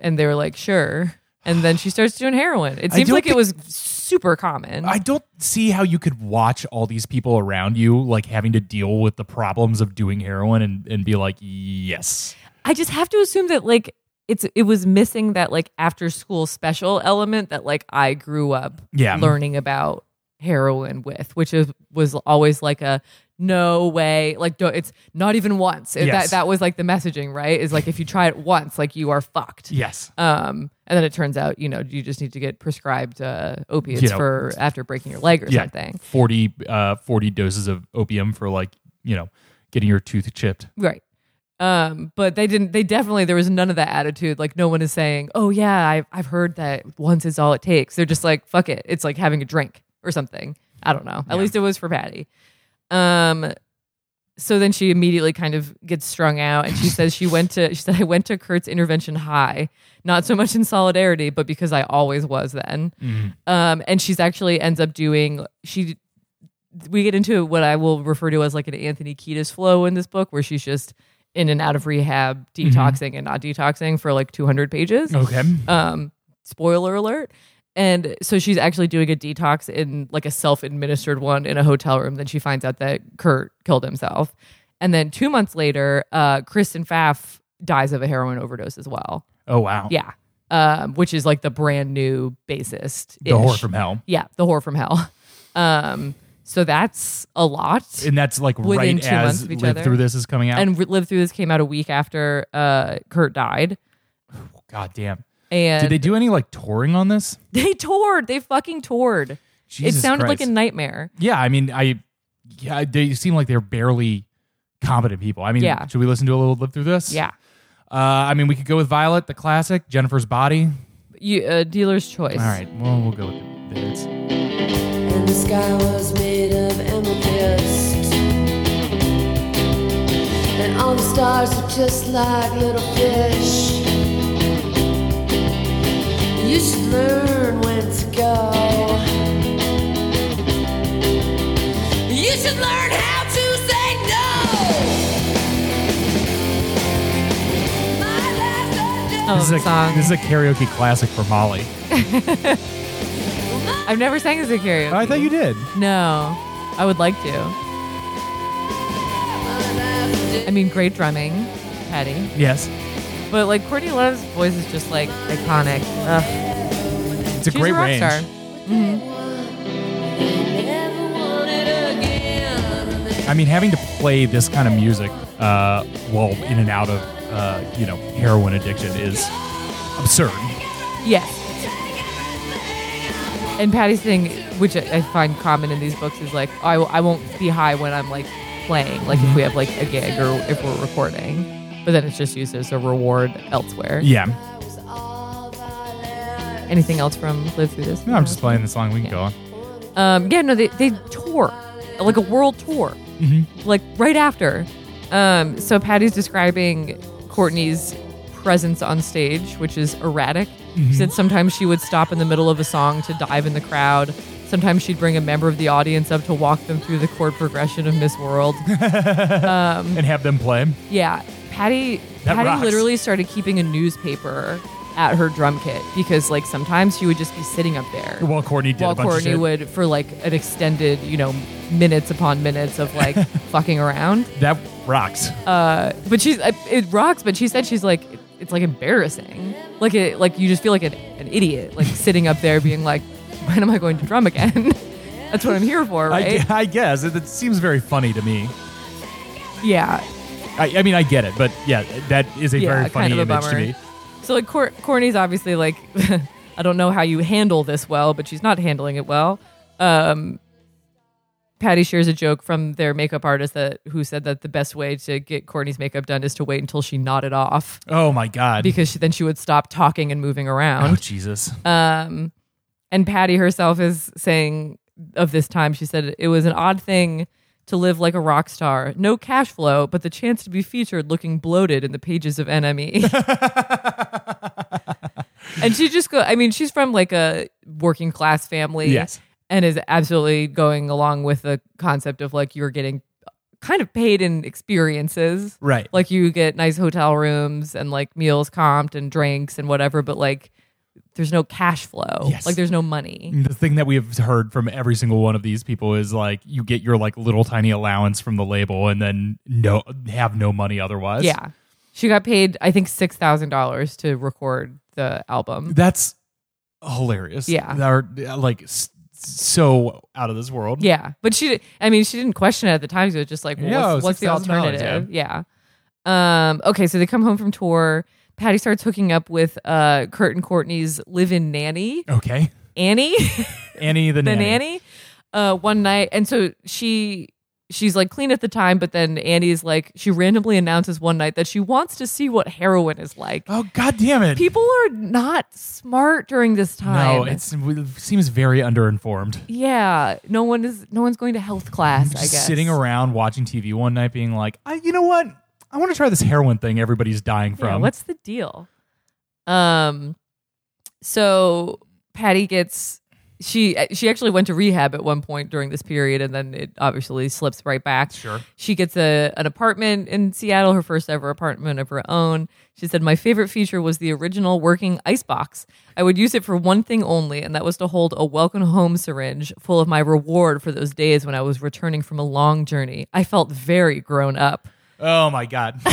Speaker 2: And they were like, "Sure." And then she starts doing heroin. It
Speaker 1: I
Speaker 2: seems
Speaker 1: don't
Speaker 2: like
Speaker 1: think-
Speaker 2: it was super common.
Speaker 1: I don't see how you could watch all these people around you like having to deal with the problems of doing heroin and, and be like, yes.
Speaker 2: I just have to assume that like it's it was missing that like after school special element that like I grew up
Speaker 1: Yeah.
Speaker 2: learning about heroin with, which is was always like a no way, like don't, it's not even once. It-
Speaker 1: Yes.
Speaker 2: That that was like the messaging, right? Is like if you try it once, like you are fucked.
Speaker 1: Yes.
Speaker 2: Um, and then it turns out you know you just need to get prescribed uh, opiates
Speaker 1: You know,
Speaker 2: for after breaking your leg or
Speaker 1: yeah.
Speaker 2: something,
Speaker 1: 40, uh, 40 doses of opium for like, you know, getting your tooth chipped.
Speaker 2: right? Um, but they didn't. They definitely there was none of that attitude. Like no one is saying, "Oh yeah, I've I've heard that once is all it takes." They're just like, "Fuck it," it's like having a drink or something. I don't know. At least it was for Patty. Um, so then she immediately kind of gets strung out and she says she went to she said I went to Kurt's intervention high, not so much in solidarity, but because I always was then. Um, and she's actually ends up doing she we get into what I will refer to as like an Anthony Kiedis flow in this book where she's just in and out of rehab, detoxing and not detoxing for like 200 pages
Speaker 1: Okay.
Speaker 2: um spoiler alert and so she's actually doing a detox in like a self-administered one in a hotel room then she finds out that kurt killed himself and then two months later uh kristen faff dies of a heroin overdose as well
Speaker 1: Oh, wow.
Speaker 2: yeah um, which is like the brand new bassist.
Speaker 1: The Horror from Hell.
Speaker 2: yeah, the whore from hell. Um, so that's a lot.
Speaker 1: And that's like
Speaker 2: Within
Speaker 1: right
Speaker 2: two months
Speaker 1: as
Speaker 2: of each
Speaker 1: Live
Speaker 2: other.
Speaker 1: Through This is coming out.
Speaker 2: and Re- Live Through This came out a week after uh, Kurt died.
Speaker 1: God damn.
Speaker 2: And
Speaker 1: Did they do any like touring on this?
Speaker 2: they toured. They fucking toured.
Speaker 1: Jesus
Speaker 2: it sounded
Speaker 1: Christ.
Speaker 2: like a nightmare.
Speaker 1: Yeah, I mean, I yeah, they seem like they're barely competent people. I mean,
Speaker 2: Yeah.
Speaker 1: should we listen to a little live through this?
Speaker 2: Yeah.
Speaker 1: Uh, I mean, we could go with Violet, the classic, Jennifer's Body.
Speaker 2: You, uh, dealer's choice.
Speaker 1: All right, well, we'll go with this.
Speaker 4: And the sky was made of amethyst. And all the stars were just like little fish. You should learn when to go. You should learn how to say no. My last
Speaker 2: Oh,
Speaker 1: This is a
Speaker 2: song.
Speaker 1: this is a karaoke classic for Molly.
Speaker 2: I've never sang as a karaoke.
Speaker 1: I thought you did.
Speaker 2: No, I would like to. I mean, great drumming, Patty.
Speaker 1: Yes,
Speaker 2: But like Courtney Love's voice is just like iconic. Ugh.
Speaker 1: it's a
Speaker 2: She's
Speaker 1: great
Speaker 2: a rock
Speaker 1: range.
Speaker 2: star. Mm-hmm.
Speaker 4: Never want it again.
Speaker 1: I mean, having to play this kind of music uh, while in and out of uh, you know heroin addiction is absurd.
Speaker 2: Yes. And Patty's thing, which I I find common in these books, is like I, I won't be high when I'm like playing, like
Speaker 1: Mm-hmm.
Speaker 2: if we have like a gig or if we're recording. But then it's just used as a reward elsewhere.
Speaker 1: Yeah,
Speaker 4: I was all violent.
Speaker 2: Anything else from Live Through This?
Speaker 1: no, I'm just playing the song. We can go on.
Speaker 2: Um, yeah, no, they, they tour, like a world tour, like right after. Um, so Patty's describing Courtney's presence on stage, which is erratic. She said sometimes she would stop in the middle of a song to dive in the crowd. Sometimes she'd bring a member of the audience up to walk them through the chord progression of Miss World.
Speaker 1: and have them play.
Speaker 2: yeah, Patty.
Speaker 1: That
Speaker 2: Patty
Speaker 1: rocks.
Speaker 2: literally started keeping a newspaper at her drum kit because, like, sometimes she would just be sitting up there
Speaker 1: While Courtney did
Speaker 2: while
Speaker 1: a bunch
Speaker 2: Courtney
Speaker 1: of shit.
Speaker 2: would for like an extended, you know, minutes upon minutes of like fucking around.
Speaker 1: That rocks.
Speaker 2: But she's it it rocks. But she said she's like it's like embarrassing. Like it like you just feel like an, an idiot like sitting up there being like, when am I going to drum again? That's what I'm here for,
Speaker 1: I,
Speaker 2: right?
Speaker 1: gue- I guess it, it seems very funny to me.
Speaker 2: yeah.
Speaker 1: I, I mean, I get it, but yeah, that is a
Speaker 2: Yeah,
Speaker 1: very funny
Speaker 2: kind of a
Speaker 1: image to
Speaker 2: bummer.
Speaker 1: me.
Speaker 2: So like Cor- Courtney's obviously like I don't know how you handle this well, but she's not handling it well. Um Patty shares a joke from their makeup artist that who said that the best way to get Courtney's makeup done is to wait until she nodded off
Speaker 1: Oh my god!
Speaker 2: because she, then she would stop talking and moving
Speaker 1: oh
Speaker 2: around.
Speaker 1: Jesus!
Speaker 2: Um and Patty herself is saying of this time she said it was an odd thing to live like a rock star. No cash flow, but the chance to be featured looking bloated in the pages of NME. and she just go i mean she's from like a working class family
Speaker 1: Yes.
Speaker 2: and is absolutely going along with the concept of like you're getting kind of paid in experiences
Speaker 1: right.
Speaker 2: like you get nice hotel rooms and like meals comped and drinks and whatever but like there's no cash flow
Speaker 1: Yes.
Speaker 2: like there's no money
Speaker 1: the thing that we have heard from every single one of these people is like you get your like little tiny allowance from the label and then no have no money otherwise.
Speaker 2: yeah she got paid i think $6000 to record the album
Speaker 1: That's hilarious.
Speaker 2: Yeah.
Speaker 1: They're like s- so out of this world.
Speaker 2: Yeah, but she. I mean, she didn't question it at the time. She was just like, well,
Speaker 1: Yeah,
Speaker 2: what's, what's the
Speaker 1: $6,000,
Speaker 2: alternative? Yeah. Um. Okay, so they come home from tour. Patty starts hooking up with uh Kurt and Courtney's live-in nanny,
Speaker 1: Okay.
Speaker 2: Annie,
Speaker 1: Annie the,
Speaker 2: the nanny. Uh, one night, and so she she's like clean at the time, but then Annie's like she randomly announces one night that she wants to see what heroin is like.
Speaker 1: Oh god damn it!
Speaker 2: People are not smart during this time.
Speaker 1: no, it's, it seems very underinformed.
Speaker 2: yeah. No one is. No one's going to health class. I
Speaker 1: just
Speaker 2: guess
Speaker 1: sitting around watching TV one night, being like, I, you know what? I want to try this heroin thing everybody's dying
Speaker 2: Yeah,
Speaker 1: from.
Speaker 2: what's the deal? Um, so Patty gets she she actually went to rehab at one point during this period, and then it obviously slips right back.
Speaker 1: Sure.
Speaker 2: She gets a an apartment in Seattle, her first ever apartment of her own. She said, "My favorite feature was the original working icebox. I would use it for one thing only, and that was to hold a welcome home syringe full of my reward for those days when I was returning from a long journey. I felt very grown up."
Speaker 1: Oh my god,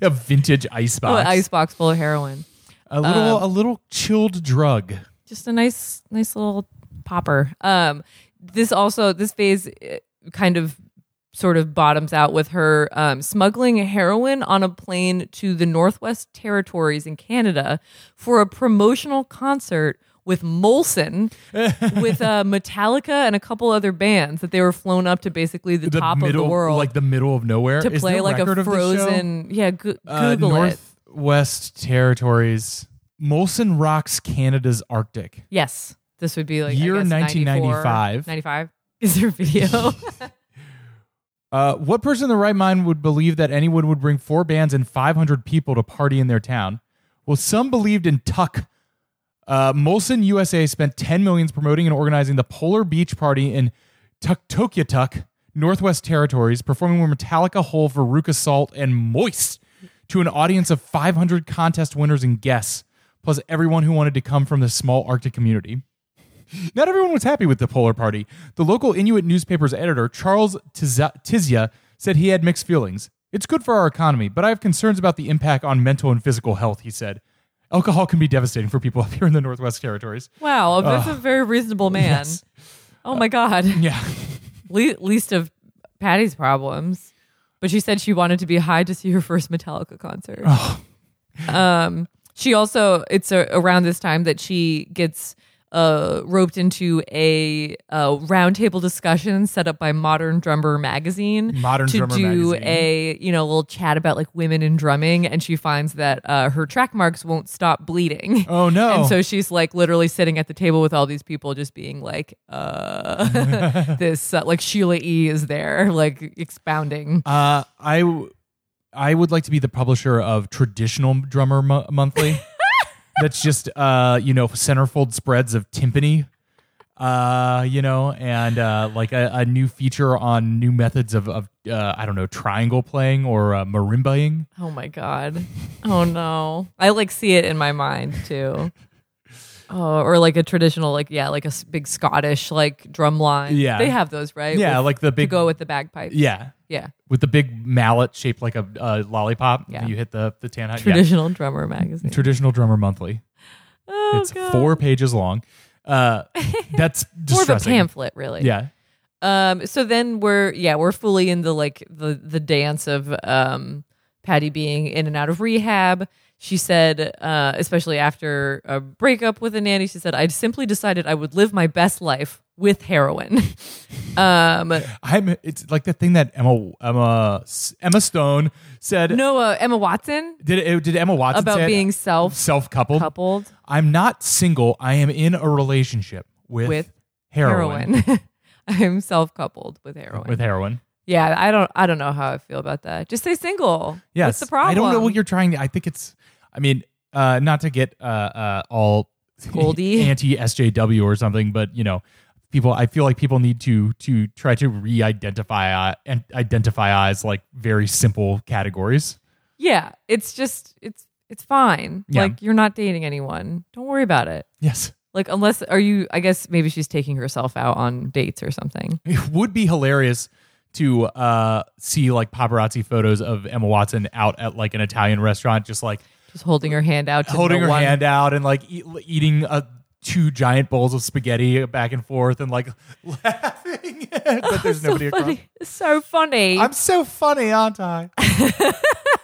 Speaker 1: a vintage icebox.
Speaker 2: Oh, an icebox full of heroin.
Speaker 1: A little, a little chilled drug.
Speaker 2: just a nice nice little popper um this also this phase eh, kind of sort of bottoms out with her um, smuggling heroin on a plane to the northwest territories in canada for a promotional concert with Molson, with uh, Metallica and a couple other bands that they were flown up to basically the, top
Speaker 1: middle,
Speaker 2: of the world
Speaker 1: like the middle of nowhere,
Speaker 2: to
Speaker 1: Is
Speaker 2: play
Speaker 1: there
Speaker 2: like
Speaker 1: record
Speaker 2: a
Speaker 1: of this show?
Speaker 2: frozen. Yeah, go-
Speaker 1: Uh,
Speaker 2: Google it.
Speaker 1: Northwest Territories. Molson rocks Canada's Arctic.
Speaker 2: Yes, this would be like I
Speaker 1: Year
Speaker 2: guess,
Speaker 1: 1995.
Speaker 2: 95. Is there a video?
Speaker 1: Uh, what person in their right mind would believe that anyone would bring four bands and 500 people to party in their town? Well, some believed in Tuck. Uh, Molson USA spent 10 millions promoting and organizing the Polar Beach Party in Tuktokiatuk, Northwest Territories, performing with Metallica, Hole, Veruca Salt, and Moist to an audience of 500 contest winners and guests, plus everyone who wanted to come from the small Arctic community. Not everyone was happy with the Polar Party. The local Inuit newspaper's editor, Charles Tiza- Tizia, said he had mixed feelings. It's good for our economy, but I have concerns about the impact on mental and physical health, he said. Alcohol can be devastating for people up here in the Northwest Territories.
Speaker 2: Wow, that's a very reasonable man.
Speaker 1: yes.
Speaker 2: Oh my God.
Speaker 1: Yeah.
Speaker 2: Le- least of Patty's problems. But she said she wanted to be high to see her first Metallica concert. Um, she also, it's a, around this time that she gets uh, roped into a, uh roundtable discussion set up by Modern Drummer Magazine.
Speaker 1: Modern
Speaker 2: to
Speaker 1: Drummer
Speaker 2: do
Speaker 1: Magazine.
Speaker 2: a you know little chat about like women in drumming, and she finds that uh, her track marks won't stop bleeding.
Speaker 1: Oh, no.
Speaker 2: And so she's like literally sitting at the table with all these people, just being like, uh, this, uh, like Sheila E. is there, like expounding.
Speaker 1: Uh, I, w- I would like to be the publisher of Traditional Drummer Mo- Monthly. That's just, uh, you know, centerfold spreads of timpani, uh, you know, and uh, like a, a new feature on new methods of, of uh, I don't know, triangle playing or uh, marimbaing.
Speaker 2: Oh my God. Oh no. I like see it in my mind too. Oh, or like a traditional, like, yeah, like a s- big Scottish, like drum line.
Speaker 1: Yeah.
Speaker 2: They have those, right?
Speaker 1: Yeah,
Speaker 2: With-
Speaker 1: like the
Speaker 2: to
Speaker 1: big-
Speaker 2: go with the bagpipes.
Speaker 1: Yeah.
Speaker 2: Yeah.
Speaker 1: With the big mallet shaped like a, a lollipop.
Speaker 2: Yeah.
Speaker 1: You hit the, the tan hut. Yeah.
Speaker 2: Traditional drummer magazine.
Speaker 1: Traditional Drummer Monthly.
Speaker 2: oh,
Speaker 1: it's
Speaker 2: God.
Speaker 1: four pages long. Uh, that's
Speaker 2: More of a
Speaker 1: distressing.
Speaker 2: pamphlet, really.
Speaker 1: Yeah.
Speaker 2: Um, so then we're yeah, we're fully in the like the the dance of um Patty being in and out of rehab. She said, uh, especially after a breakup with a nanny, she said, I simply decided I would live my best life with heroin. um,
Speaker 1: I'm. It's like that thing that Emma Emma Emma Stone said.
Speaker 2: no, uh, Emma Watson
Speaker 1: Did it, did Emma Watson
Speaker 2: about
Speaker 1: say it?
Speaker 2: being self
Speaker 1: self-coupled?
Speaker 2: coupled
Speaker 1: I'm not single. I am in a relationship with,
Speaker 2: With
Speaker 1: heroin.
Speaker 2: heroin. I'm self coupled with heroin.
Speaker 1: With heroin.
Speaker 2: yeah, I don't I don't know how I feel about that. Just say single.
Speaker 1: Yes.
Speaker 2: What's the problem?
Speaker 1: I don't know what you're trying to. I think it's. I mean, uh, not to get uh, uh, all
Speaker 2: Goldy.
Speaker 1: anti SJW or something, but you know, people. I feel like people need to to try to re-identify uh, and identify as like very simple categories.
Speaker 2: Yeah, it's just it's it's fine.
Speaker 1: Yeah.
Speaker 2: Like you're not dating anyone. Don't worry about it.
Speaker 1: Yes.
Speaker 2: Like unless are you I guess maybe she's taking herself out on dates or something.
Speaker 1: It would be hilarious to uh, see like paparazzi photos of Emma Watson out at like an Italian restaurant, just like
Speaker 2: Just holding her hand out to
Speaker 1: holding
Speaker 2: the
Speaker 1: her
Speaker 2: one-
Speaker 1: hand out and like eat, eating uh two giant bowls of spaghetti back and forth and like laughing. but there's
Speaker 2: So
Speaker 1: nobody across.
Speaker 2: funny. It's so funny.
Speaker 1: I'm so funny, aren't I?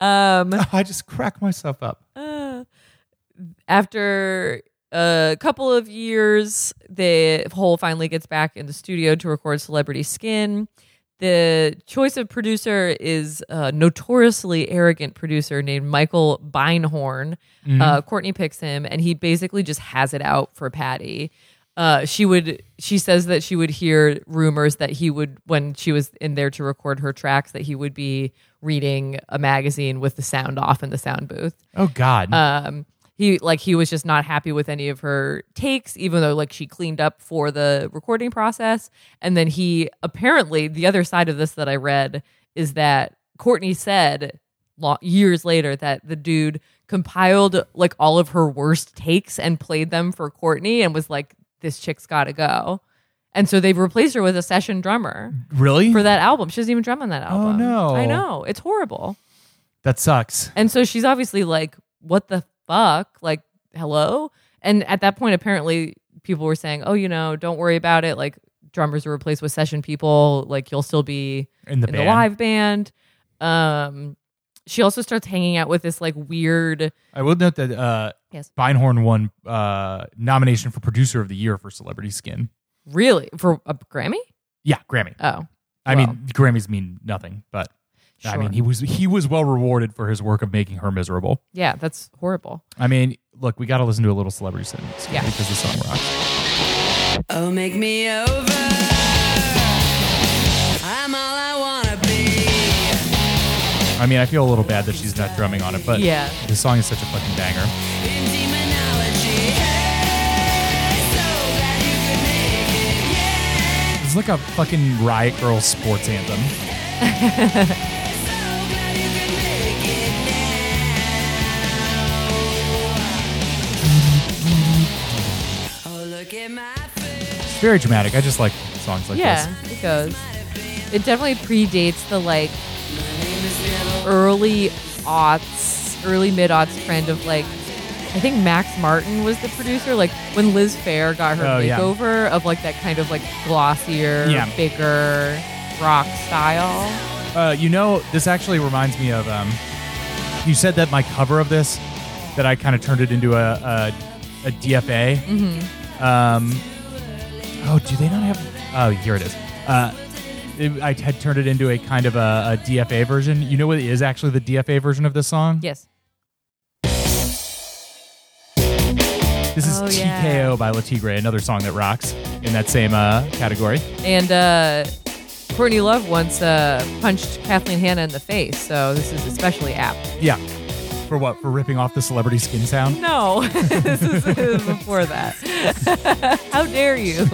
Speaker 2: um
Speaker 1: I just crack myself up.
Speaker 2: Uh, after a couple of years, the Hole finally gets back in the studio to record Celebrity Skin. The choice of producer is a notoriously arrogant producer named Michael Beinhorn. Uh, Courtney picks him, and he basically just has it out for Patty. Uh, she would. She says that she would hear rumors that he would, when she was in there to record her tracks, that he would be reading a magazine with the sound off in the sound booth
Speaker 1: Oh God.
Speaker 2: um he like he was just not happy with any of her takes even though like she cleaned up for the recording process and then he apparently the other side of this that i read is that courtney said lo- years later that the dude compiled like all of her worst takes and played them for courtney and was like this chick's gotta go and so they've replaced her with a session drummer
Speaker 1: really?
Speaker 2: for that album she doesn't even drum on that album
Speaker 1: no.
Speaker 2: i know it's horrible
Speaker 1: that sucks.
Speaker 2: and so she's obviously like what the fuck? Like, hello? And at that point, apparently, people were saying, oh, you know, don't worry about it. Like, drummers are replaced with session people. Like, you'll still be
Speaker 1: in the
Speaker 2: in
Speaker 1: band.
Speaker 2: the live band. Um, she also starts hanging out with this like weird.
Speaker 1: I will note that uh,
Speaker 2: Yes.
Speaker 1: Beinhorn won uh, nomination for producer of the year for Celebrity Skin.
Speaker 2: Really for a Grammy?
Speaker 1: Yeah, Grammy.
Speaker 2: Oh,
Speaker 1: I
Speaker 2: well.
Speaker 1: mean, Grammys mean nothing, but
Speaker 2: sure.
Speaker 1: I mean, he was he was well rewarded for his work of making her miserable.
Speaker 2: yeah, that's horrible.
Speaker 1: I mean, look, we got to listen to a little Celebrity Skin
Speaker 2: Yeah.
Speaker 1: because the song rocks.
Speaker 4: Oh, make me over. I'm all I wanna be.
Speaker 1: I mean, I feel a little bad that she's not drumming on it, but
Speaker 2: Yeah.
Speaker 1: the song is such a fucking banger.
Speaker 4: In demonology. Hey, so glad you could make it.
Speaker 1: It's like a fucking Riot Girl sports anthem.
Speaker 4: So glad you could make it. now. Oh, look at my face.
Speaker 1: It's very dramatic. I just like songs like
Speaker 2: yeah,
Speaker 1: this.
Speaker 2: it goes. It definitely predates the like early aughts, early mid aughts trend of like. I think Max Martin was the producer. Like when Liz Fair got her
Speaker 1: Oh, yeah.
Speaker 2: makeover of like that kind of like glossier,
Speaker 1: Yeah.
Speaker 2: bigger rock style.
Speaker 1: Uh, you know, this actually reminds me of. Um, you said that my cover of this, that I kind of turned it into a a, a DFA.
Speaker 2: Mm-hmm.
Speaker 1: Um, oh, do they not have? Oh, here it is. Uh, it- I had turned it into a kind of a, a DFA version. You know what is actually the DFA version of this song?
Speaker 2: Yes.
Speaker 1: This is
Speaker 2: Oh,
Speaker 1: TKO
Speaker 2: yeah.
Speaker 1: by Latigre, another song that rocks in that same uh, category.
Speaker 2: And uh, Courtney Love once uh, punched Kathleen Hanna in the face, so this is especially apt.
Speaker 1: Yeah. For what? For ripping off the celebrity skin sound?
Speaker 2: No, this is this is before that. How dare you?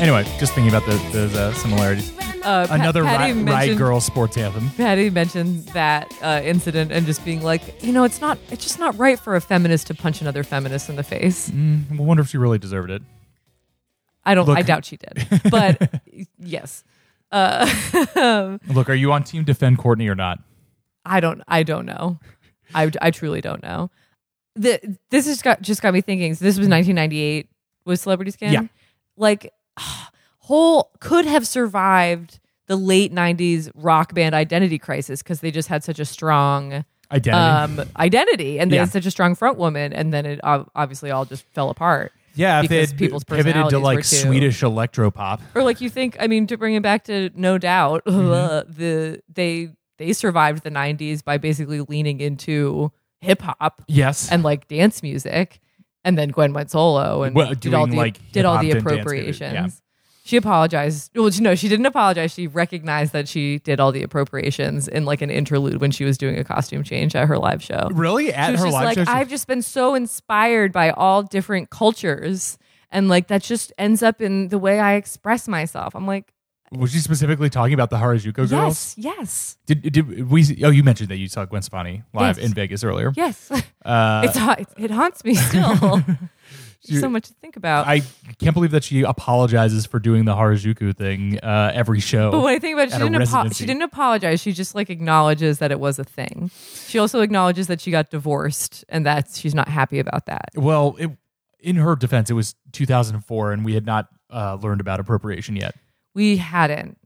Speaker 1: Anyway, just thinking about the, those uh, similarities.
Speaker 2: Uh, Pa-
Speaker 1: Another
Speaker 2: Patty
Speaker 1: Riot
Speaker 2: mentioned-
Speaker 1: Girl sports anthem.
Speaker 2: Patty mentioned that uh, incident and just being like, you know, it's not, it's just not right for a feminist to punch another feminist in the face.
Speaker 1: I wonder if she really deserved it.
Speaker 2: I don't, I
Speaker 1: Look-
Speaker 2: doubt she did, but yes, uh,
Speaker 1: Look, are you on team defend Courtney or not?
Speaker 2: I don't I don't know. I I truly don't know. The this has got just got me thinking. So this was 1998 was Celebrity Skin.
Speaker 1: Yeah.
Speaker 2: Like whole could have survived the late 90s rock band identity crisis because they just had such a strong
Speaker 1: Identity.
Speaker 2: um, identity and they
Speaker 1: Yeah.
Speaker 2: had such a strong front woman and then it ob- obviously all just fell apart.
Speaker 1: yeah, if they
Speaker 2: because
Speaker 1: had
Speaker 2: people's
Speaker 1: pivoted to
Speaker 2: personalities
Speaker 1: like
Speaker 2: were too-
Speaker 1: Swedish electropop.
Speaker 2: Or like you think I mean to bring it back to No Doubt
Speaker 1: Mm-hmm.
Speaker 2: the they they survived the 90s by basically leaning into hip hop
Speaker 1: Yes.
Speaker 2: and like dance music, and then Gwen went solo and
Speaker 1: Well,
Speaker 2: did all
Speaker 1: doing,
Speaker 2: the
Speaker 1: like,
Speaker 2: did all the
Speaker 1: hip-hop and dance moves,
Speaker 2: appropriations. She apologized. Well, no, she didn't apologize. She recognized that she did all the appropriations in like an interlude when she was doing a costume change at her live show.
Speaker 1: really? At
Speaker 2: she was
Speaker 1: her
Speaker 2: just
Speaker 1: live
Speaker 2: like,
Speaker 1: show? she-
Speaker 2: I've just been so inspired by all different cultures, and like that just ends up in the way I express myself. I'm like,
Speaker 1: was she specifically talking about the Harajuku girls?
Speaker 2: yes, yes,
Speaker 1: Did, did we? Oh, you mentioned that you saw Gwen Stefani live
Speaker 2: Yes.
Speaker 1: in Vegas earlier.
Speaker 2: yes.
Speaker 1: Uh,
Speaker 2: it's ha- it haunts me still.
Speaker 1: She-
Speaker 2: so much to think about.
Speaker 1: I can't believe that she apologizes for doing the Harajuku thing uh, every show.
Speaker 2: But when I think about it, she
Speaker 1: at a
Speaker 2: didn't, apo-
Speaker 1: residency.
Speaker 2: she didn't apologize. She just like acknowledges that it was a thing. She also acknowledges that she got divorced and that she's not happy about that.
Speaker 1: well, it, in her defense, it was 2004, and we had not uh, learned about appropriation yet.
Speaker 2: We hadn't.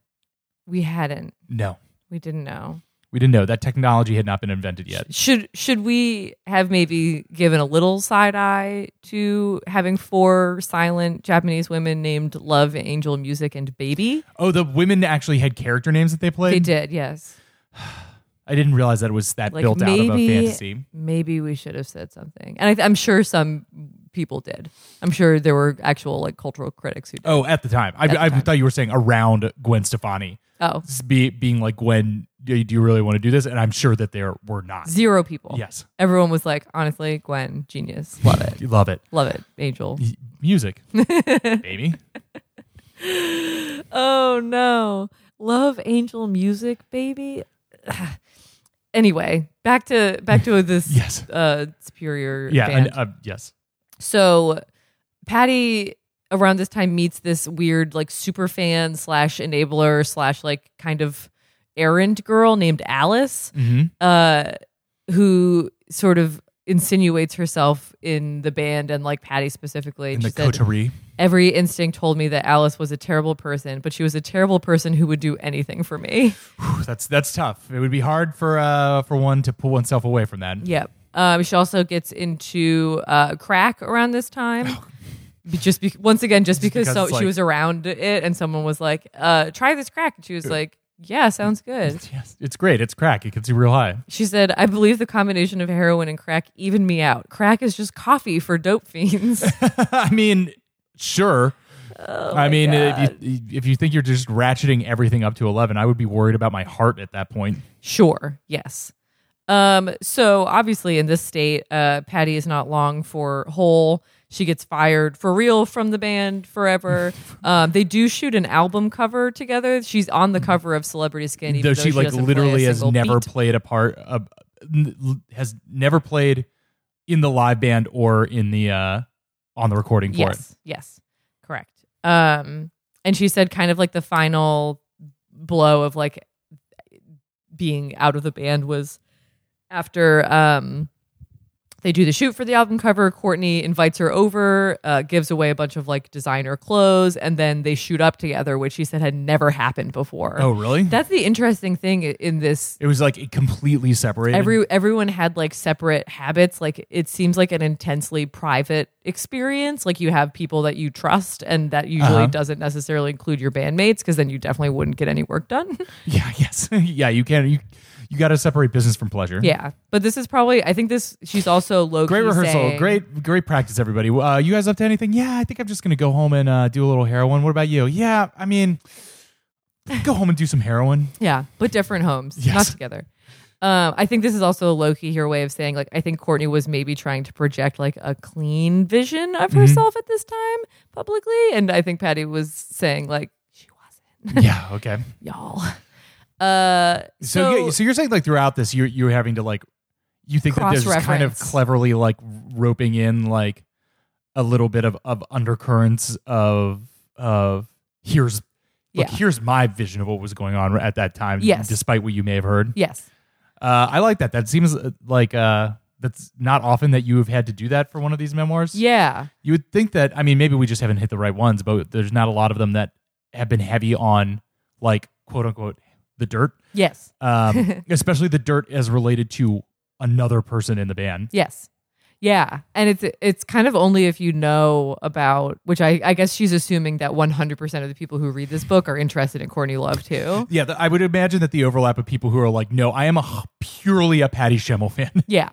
Speaker 2: We hadn't.
Speaker 1: No,
Speaker 2: We didn't know.
Speaker 1: we didn't know that technology had not been invented yet.
Speaker 2: Should should we have maybe given a little side eye to having four silent Japanese women named Love, Angel, Music, and Baby?
Speaker 1: Oh, the women actually had character names that they played.
Speaker 2: They did, yes.
Speaker 1: I didn't realize that it was that
Speaker 2: Like
Speaker 1: built out of a
Speaker 2: maybe-
Speaker 1: fantasy.
Speaker 2: Maybe we should have said something, and I th- I'm sure some people did. I'm sure there were actual like cultural critics who did.
Speaker 1: Oh, at the time, I,
Speaker 2: the
Speaker 1: I
Speaker 2: time.
Speaker 1: thought you were saying around Gwen Stefani,
Speaker 2: oh,
Speaker 1: s- be, being like Gwen, do you really want to do this? And I'm sure that there were not.
Speaker 2: Zero people.
Speaker 1: Yes,
Speaker 2: Everyone was like, honestly, Gwen, genius. Love it.
Speaker 1: you love it.
Speaker 2: Love it, Angel.
Speaker 1: Y- Music, baby.
Speaker 2: Oh no. Love Angel music, baby. anyway, back to back to this
Speaker 1: Yes.
Speaker 2: uh superior
Speaker 1: Yeah.
Speaker 2: band.
Speaker 1: And, uh, yes.
Speaker 2: so Patty around this time meets this weird like super fan slash enabler slash like kind of errand girl named Alice.
Speaker 1: Mm-hmm.
Speaker 2: uh who sort of insinuates herself in the band and like Patty specifically.
Speaker 1: in
Speaker 2: And
Speaker 1: the
Speaker 2: she said,
Speaker 1: coterie.
Speaker 2: Every instinct told me that Alice was a terrible person, but she was a terrible person who would do anything for me.
Speaker 1: That's that's tough. It would be hard for uh for one to pull oneself away from that.
Speaker 2: Yep. Um, she also gets into uh, crack around this time. Be- Just be- once again, Oh. just because,
Speaker 1: because
Speaker 2: so,
Speaker 1: it's like-
Speaker 2: she was around it, and someone was like, uh, "Try this crack," and she was like, "Yeah, sounds good."
Speaker 1: Yes, it's great. It's crack. It gets you real high.
Speaker 2: She said, "I believe the combination of heroin and crack even me out. Crack is just coffee for dope fiends."
Speaker 1: I mean, sure.
Speaker 2: Oh
Speaker 1: I mean, if you, if you think you're just ratcheting everything up to 11, I would be worried about my heart at that point.
Speaker 2: Sure. Yes. Um, so obviously in this state, uh, Patty is not long for whole. She gets fired for real from the band forever. um, they do shoot an album cover together. She's on the cover of Celebrity Skin, even
Speaker 1: Hmm. Though she, like,
Speaker 2: doesn't play a
Speaker 1: literally has
Speaker 2: single
Speaker 1: never
Speaker 2: beat.
Speaker 1: played a part, uh, n- l- has never played in the live band or in the, uh, on the recording for
Speaker 2: yes, yes, correct. Um, and she said kind of like the final blow of like being out of the band was after um they do the shoot for the album cover. Courtney invites her over, uh, gives away a bunch of like designer clothes, and then they shoot up together, which she said had never happened before.
Speaker 1: it. Oh, really?
Speaker 2: That's the interesting thing i- in this
Speaker 1: it was like it completely separated.
Speaker 2: every everyone had like separate habits like it seems like an intensely private experience like you have people that you trust and that usually
Speaker 1: Uh-huh.
Speaker 2: doesn't necessarily include your bandmates because then you definitely wouldn't get any work done
Speaker 1: yeah, yes. yeah, you can't, you, you got to separate business from pleasure.
Speaker 2: yeah but this is probably i think this she's also low
Speaker 1: Great rehearsal, great great practice, everybody. Uh, you guys up to anything? Yeah, I think I'm just gonna go home and uh, do a little heroin. What about you? Yeah, I mean, go home and do some heroin.
Speaker 2: yeah but different homes not
Speaker 1: Yes.
Speaker 2: together um, I think this is also a low key here way of saying like I think Courtney was maybe trying to project like a clean vision
Speaker 1: Mm-hmm.
Speaker 2: of herself at this time publicly, and I think Patty was saying like she wasn't.
Speaker 1: yeah, okay.
Speaker 2: y'all. Uh,
Speaker 1: So
Speaker 2: so,
Speaker 1: you- so you're saying like throughout this, you're you're having to like you think that there's kind of
Speaker 2: Cross-reference.
Speaker 1: cleverly like roping in like a little bit of of undercurrents of of here's look,
Speaker 2: Yeah.
Speaker 1: here's my vision of what was going on at that time.
Speaker 2: Yes.
Speaker 1: despite what you may have heard.
Speaker 2: yes,
Speaker 1: Uh, I like that. That seems uh, like uh, that's not often that you have had to do that for one of these memoirs.
Speaker 2: yeah,
Speaker 1: You would think that, I mean, maybe we just haven't hit the right ones, but there's not a lot of them that have been heavy on, like, quote unquote, the dirt,
Speaker 2: yes,
Speaker 1: um, especially the dirt as related to another person in the band.
Speaker 2: yes, yeah. And it's it's kind of only if you know about which I I guess she's assuming that one hundred percent of the people who read this book are interested in Courtney Love too.
Speaker 1: Yeah, th- I would imagine that the overlap of people who are like, no, I am a h- purely a Patty Schemmel fan.
Speaker 2: Yeah,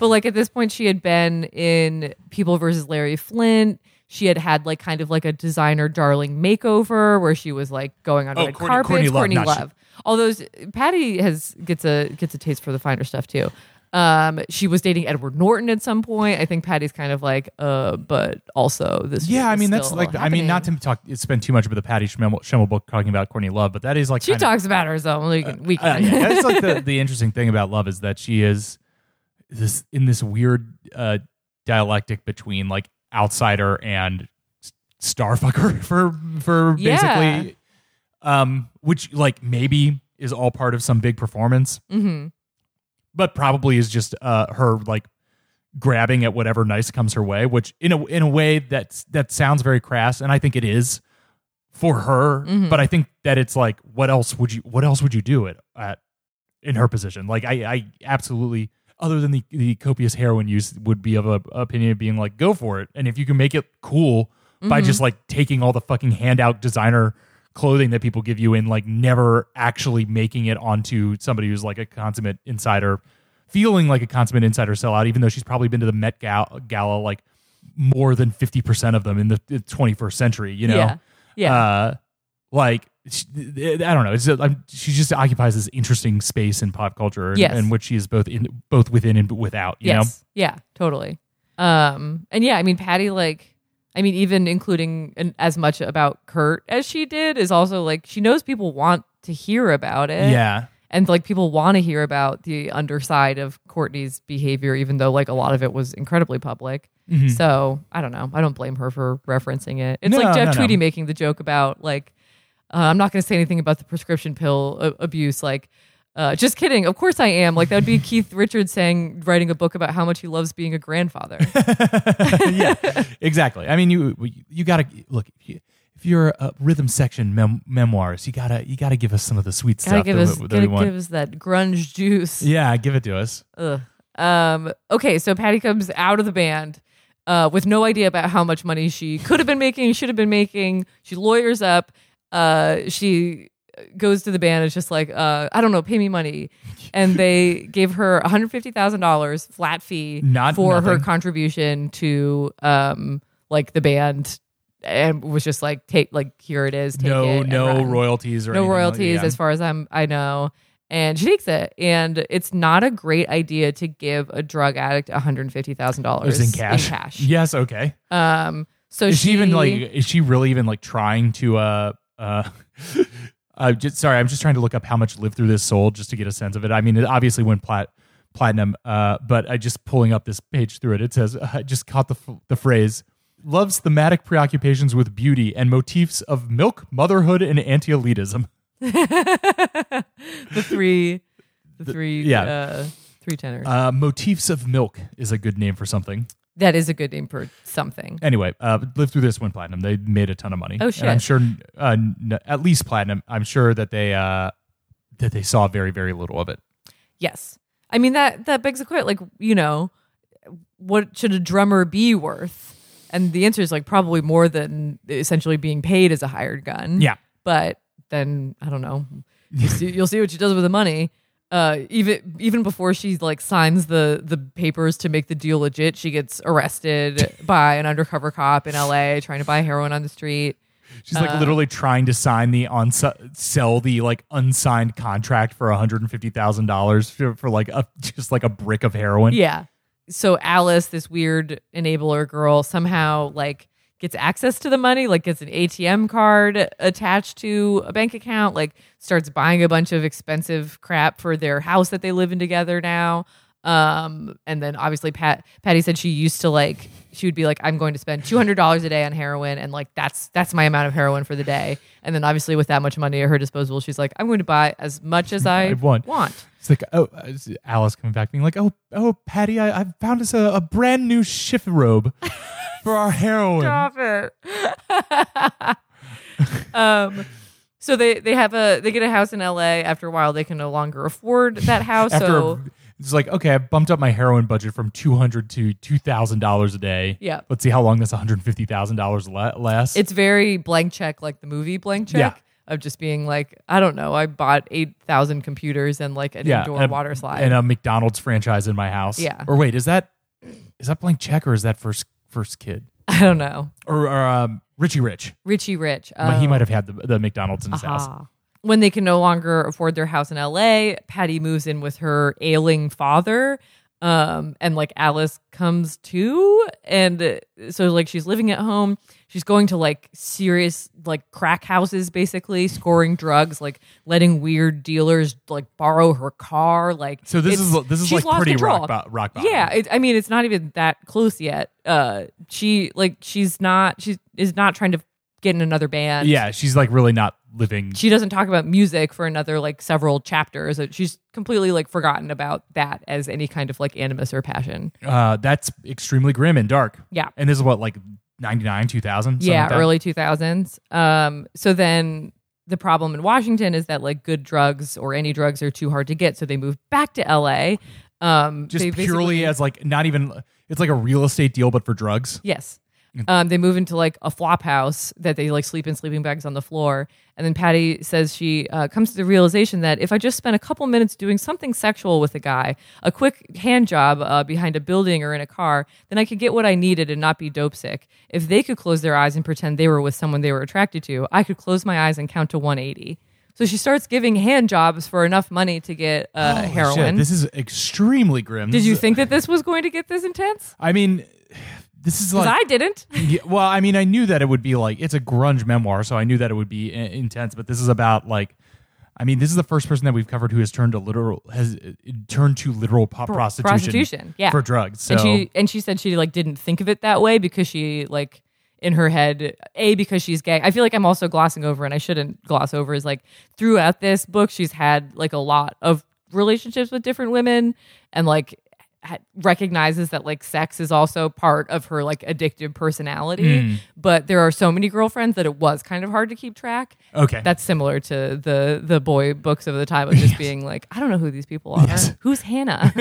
Speaker 2: but like at this point, she had been in People versus Larry Flint. She had had like kind of like a designer darling makeover where she was like going on
Speaker 1: Oh,
Speaker 2: red
Speaker 1: Courtney-
Speaker 2: carpets.
Speaker 1: Courtney Love, not she.
Speaker 2: Although Patty has gets a gets a taste for the finer stuff too. Um, she was dating Edward Norton at some point. I think Patty's kind of like, uh, but also this.
Speaker 1: yeah,
Speaker 2: shit
Speaker 1: I
Speaker 2: is
Speaker 1: mean, that's
Speaker 2: still
Speaker 1: like, I mean, not to
Speaker 2: happening.
Speaker 1: talk, spend too much about the Patty Schemmel, Schemmel book talking about Courtney Love, but that is like
Speaker 2: She
Speaker 1: kind of-
Speaker 2: talks about herself. We can. we
Speaker 1: Uh,
Speaker 2: can.
Speaker 1: yeah, that's like the, the interesting thing about love is that she is this in this weird uh, dialectic between like outsider and s- starfucker for for
Speaker 2: Yeah.
Speaker 1: basically um which like maybe is all part of some big performance
Speaker 2: Mhm.
Speaker 1: but probably is just uh her like grabbing at whatever nice comes her way which in a in a way that's that sounds very crass and I think it is for her but I think that it's like what else would you what else would you do it at in her position like I I absolutely other than the, the copious heroin use would be of a opinion of being like go for it and if you can make it cool by just like taking all the fucking handout designer clothing that people give you and like never actually making it onto somebody who's like a consummate insider feeling like a consummate insider sellout even though she's probably been to the Met Gal- Gala like more than 50% of them in the, the 21st century you know
Speaker 2: Yeah. Yeah.
Speaker 1: uh, like sh- I don't know. It's just, I'm, she just occupies this interesting space in pop culture, in,
Speaker 2: Yes.
Speaker 1: in which she is both in both within and without. You
Speaker 2: yes. Yeah, totally. Um, and yeah, I mean, Patty, like, I mean, even including an, as much about Kurt as she did is also like she knows people want to hear about
Speaker 1: know?
Speaker 2: it.
Speaker 1: Yeah.
Speaker 2: And like people want to hear about the underside of Courtney's behavior, even though like a lot of it was incredibly public.
Speaker 1: Mm-hmm.
Speaker 2: So I don't know. I don't blame her for referencing it. It's
Speaker 1: No,
Speaker 2: like Jeff
Speaker 1: no, no.
Speaker 2: Tweedy making the joke about like uh, I'm not going to say anything about the prescription pill a- uh, abuse, like. Uh, just kidding. Of course I am. Like that would be Keith Richards saying, writing a book about how much he loves being a grandfather.
Speaker 1: yeah, exactly. I mean, you you gotta look if you're a rhythm section mem- memoirist, you gotta you gotta give us some of the sweet
Speaker 2: gotta
Speaker 1: stuff
Speaker 2: give
Speaker 1: that,
Speaker 2: us,
Speaker 1: we, that we
Speaker 2: gotta
Speaker 1: want.
Speaker 2: give us that grunge juice.
Speaker 1: yeah, give it to us.
Speaker 2: Ugh. Um, okay, so Patty comes out of the band uh, with no idea about how much money she could have been making, should have been making. She lawyers up. Uh, she goes to the band. It's just like, uh, I don't know, pay me money. And they gave her $150,000 flat fee
Speaker 1: Not
Speaker 2: for her
Speaker 1: nothing.
Speaker 2: contribution to um, like the band and was just like, take, like, here it is. Take it
Speaker 1: no,
Speaker 2: and
Speaker 1: no
Speaker 2: run
Speaker 1: royalties or
Speaker 2: no
Speaker 1: anything like-
Speaker 2: royalties
Speaker 1: yeah.
Speaker 2: as far as I'm I know. And she takes it, and it's not a great idea to give a drug addict one hundred fifty thousand dollars
Speaker 1: Is in cash. Yes. Okay.
Speaker 2: Um. So
Speaker 1: Is she,
Speaker 2: she
Speaker 1: even like? Is she really even like trying to? Uh. Uh. i just sorry. I'm just trying to look up how much lived through this sold just to get a sense of it. I mean, it obviously went plat platinum. Uh. But I just pulling up this page through it. It says I just caught the f- the phrase. Loves thematic preoccupations with beauty and motifs of milk, motherhood, and anti-elitism.
Speaker 2: the three, the three,
Speaker 1: yeah.
Speaker 2: uh, three tenors.
Speaker 1: Uh, motifs of milk is a good name for something.
Speaker 2: that is a good name for something.
Speaker 1: anyway, uh, lived through this went platinum. They made a ton of money.
Speaker 2: Oh,
Speaker 1: And
Speaker 2: shit.
Speaker 1: I'm sure, uh, n- at least platinum. I'm sure that they uh, that they saw very very little of it.
Speaker 2: Mm-hmm. Yes, I mean that that begs the question, like you know, what should a drummer be worth? And the answer is like probably more than essentially being paid as a hired gun.
Speaker 1: Yeah.
Speaker 2: but then I don't know. You see, you'll see what she does with the money. Uh, even even before she like signs the the papers to make the deal legit, she gets arrested by an undercover cop in L.A. trying to buy heroin on the street.
Speaker 1: She's
Speaker 2: Uh,
Speaker 1: like literally trying to sign the on sell the like unsigned contract for one hundred and fifty thousand dollars for for, like a just like a brick of heroin.
Speaker 2: Yeah. So Alice, this weird enabler girl, somehow like gets access to the money, like gets an ATM card attached to a bank account, like starts buying a bunch of expensive crap for their house that they live in together now. Um, and then obviously Pat Patty said she used to like she would be like, I'm going to spend two hundred dollars a day on heroin and like that's that's my amount of heroin for the day. And then obviously with that much money at her disposal, she's like, I'm going to buy as much as I,
Speaker 1: I want.
Speaker 2: want.
Speaker 1: It's like oh, uh, Alice coming back being like oh oh Patty, I, I found us a, a brand new shift robe for our heroin.
Speaker 2: Stop it. um, so they they have a they get a house in L.A. After a while, they can no longer afford that house.
Speaker 1: After
Speaker 2: so
Speaker 1: it's like okay, I bumped up my heroin budget from two hundred to two thousand dollars a day.
Speaker 2: Yeah.
Speaker 1: let's see how long this one hundred fifty thousand dollars lasts.
Speaker 2: it's very blank check, like the movie blank check. Of just being like, I don't know, I bought eight thousand computers and like an indoor
Speaker 1: and a-
Speaker 2: water slide.
Speaker 1: and a McDonald's franchise in my house.
Speaker 2: Yeah.
Speaker 1: or wait, is that is that blank check or is that first first kid
Speaker 2: I don't know.
Speaker 1: or, or um, Richie Rich?
Speaker 2: Richie Rich.
Speaker 1: He
Speaker 2: Oh.
Speaker 1: might have had the, the McDonald's in his house.
Speaker 2: Ah. When they can no longer afford their house in LA, Patty moves in with her ailing father. Um, and like Alice comes too. And uh, so, like, she's living at home. She's going to like serious, like, crack houses basically, scoring drugs, like, letting weird dealers like borrow her car. Like,
Speaker 1: So this
Speaker 2: it's-
Speaker 1: is this is
Speaker 2: she's
Speaker 1: like
Speaker 2: lost
Speaker 1: pretty
Speaker 2: control.
Speaker 1: rock, bo- rock bottom.
Speaker 2: Yeah, it, I mean, it's not even that close yet. Uh, she like she's not she is not trying to get in another band
Speaker 1: yeah. She's like really not living.
Speaker 2: she doesn't talk about music for another like several chapters. She's completely like forgotten about that as any kind of like animus or passion.
Speaker 1: Uh, that's extremely grim and dark.
Speaker 2: Yeah.
Speaker 1: and this is what like ninety nine two thousand.
Speaker 2: yeah, early 2000s. Um so then the problem in Washington is that like good drugs or any drugs are too hard to get, so they moved back to LA. Um
Speaker 1: just
Speaker 2: they
Speaker 1: purely
Speaker 2: basically-
Speaker 1: as like not even it's like a real estate deal but for drugs
Speaker 2: Yes. Um, they move into like a flop house that they like sleep in sleeping bags on the floor. And then Patty says she uh, comes to the realization that if I just spent a couple minutes doing something sexual with a guy, a quick hand job uh, behind a building or in a car, then I could get what I needed and not be dope sick. If they could close their eyes and pretend they were with someone they were attracted to, I could close my eyes and count to 180. So she starts giving hand jobs for enough money to get uh,
Speaker 1: Holy
Speaker 2: heroin.
Speaker 1: shit, this is extremely grim
Speaker 2: Did
Speaker 1: This
Speaker 2: you
Speaker 1: is-
Speaker 2: think that this was going to get this intense?
Speaker 1: i mean this is
Speaker 2: 'Cause
Speaker 1: like
Speaker 2: I didn't.
Speaker 1: Yeah, well i mean i knew that it would be like it's a grunge memoir so i knew that it would be in- intense but this is about like i mean this is the first person that we've covered who has turned to literal has uh, turned to literal po- prostitution,
Speaker 2: prostitution, yeah.
Speaker 1: for drugs so
Speaker 2: and she and she said she like didn't think of it that way because she like in her head a because she's gay i feel like i'm also glossing over and i shouldn't gloss over is like throughout this book she's had like a lot of relationships with different women and like ha- recognizes that like sex is also part of her like addictive personality
Speaker 1: Mm.
Speaker 2: but there are so many girlfriends that it was kind of hard to keep track
Speaker 1: Okay.
Speaker 2: that's similar to the the boy books of the time of just being like i don't know who these people are
Speaker 1: Yes.
Speaker 2: who's hannah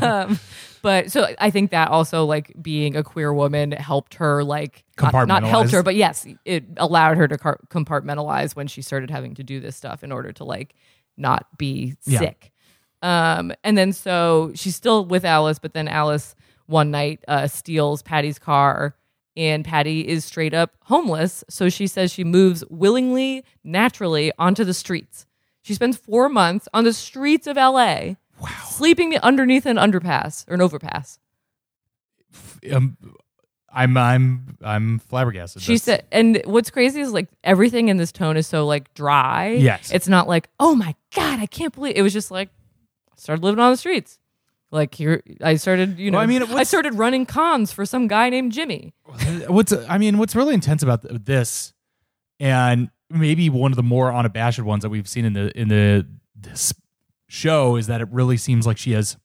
Speaker 2: um, but so i think that also like being a queer woman helped her like not, not helped
Speaker 1: Compartmentalize.
Speaker 2: her but yes it allowed her to car- compartmentalize when she started having to do this stuff in order to like not be
Speaker 1: Yeah.
Speaker 2: sick um, and then so she's still with alice but then alice one night uh, steals patty's car and patty is straight up homeless so she says she moves willingly naturally onto the streets she spends four months on the streets of la
Speaker 1: wow.
Speaker 2: sleeping underneath an underpass or an overpass.
Speaker 1: Um, I'm I'm I'm flabbergasted.
Speaker 2: She
Speaker 1: That's-
Speaker 2: said, and what's crazy is like everything in this tone is so like dry.
Speaker 1: Yes.
Speaker 2: It's not like, oh my God, I can't believe it was just like, started living on the streets. Like here, I started, you know,
Speaker 1: Well, I mean,
Speaker 2: I
Speaker 1: what's-
Speaker 2: started running cons for some guy named Jimmy.
Speaker 1: what's I mean, what's really intense about th- this, and maybe one of the more unabashed ones that we've seen in the in the this show is that it really seems like she has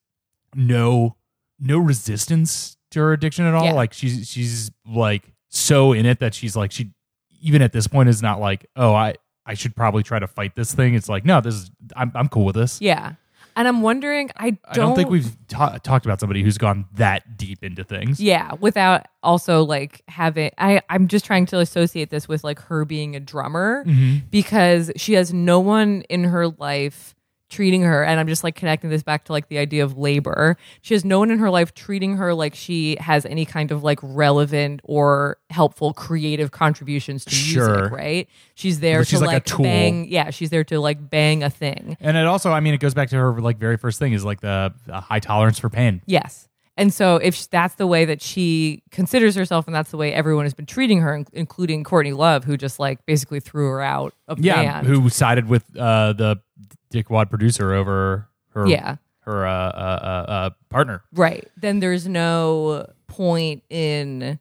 Speaker 1: no no resistance to her addiction at all.
Speaker 2: Yeah.
Speaker 1: Like she's she's like so in it that she's like she even at this point is not like oh I I should probably try to fight this thing. It's like no, this is I'm I'm cool with this.
Speaker 2: Yeah. And I'm wondering, I don't,
Speaker 1: I don't, think we've ta- talked about somebody who's gone that deep into things.
Speaker 2: Yeah, without also like having I I'm just trying to associate this with like her being a drummer
Speaker 1: Mm-hmm.
Speaker 2: because she has no one in her life treating her and I'm just like connecting this back to like the idea of labor. She has no one in her life treating her like she has any kind of like relevant or helpful creative contributions to
Speaker 1: Sure.
Speaker 2: music, right? She's there
Speaker 1: But she's
Speaker 2: to
Speaker 1: like a
Speaker 2: like,
Speaker 1: tool.
Speaker 2: bang yeah, she's there to like bang a thing.
Speaker 1: And it also, I mean, it goes back to her like very first thing is like the uh, high tolerance for pain.
Speaker 2: Yes. And so if sh- that's the way that she considers herself and that's the way everyone has been treating her, in- including Courtney Love, who just like basically threw her out of
Speaker 1: Yeah,
Speaker 2: band.
Speaker 1: who sided with uh, the dickwad producer over her?
Speaker 2: Yeah.
Speaker 1: her uh, uh, uh, uh, partner.
Speaker 2: right. Then there's no point in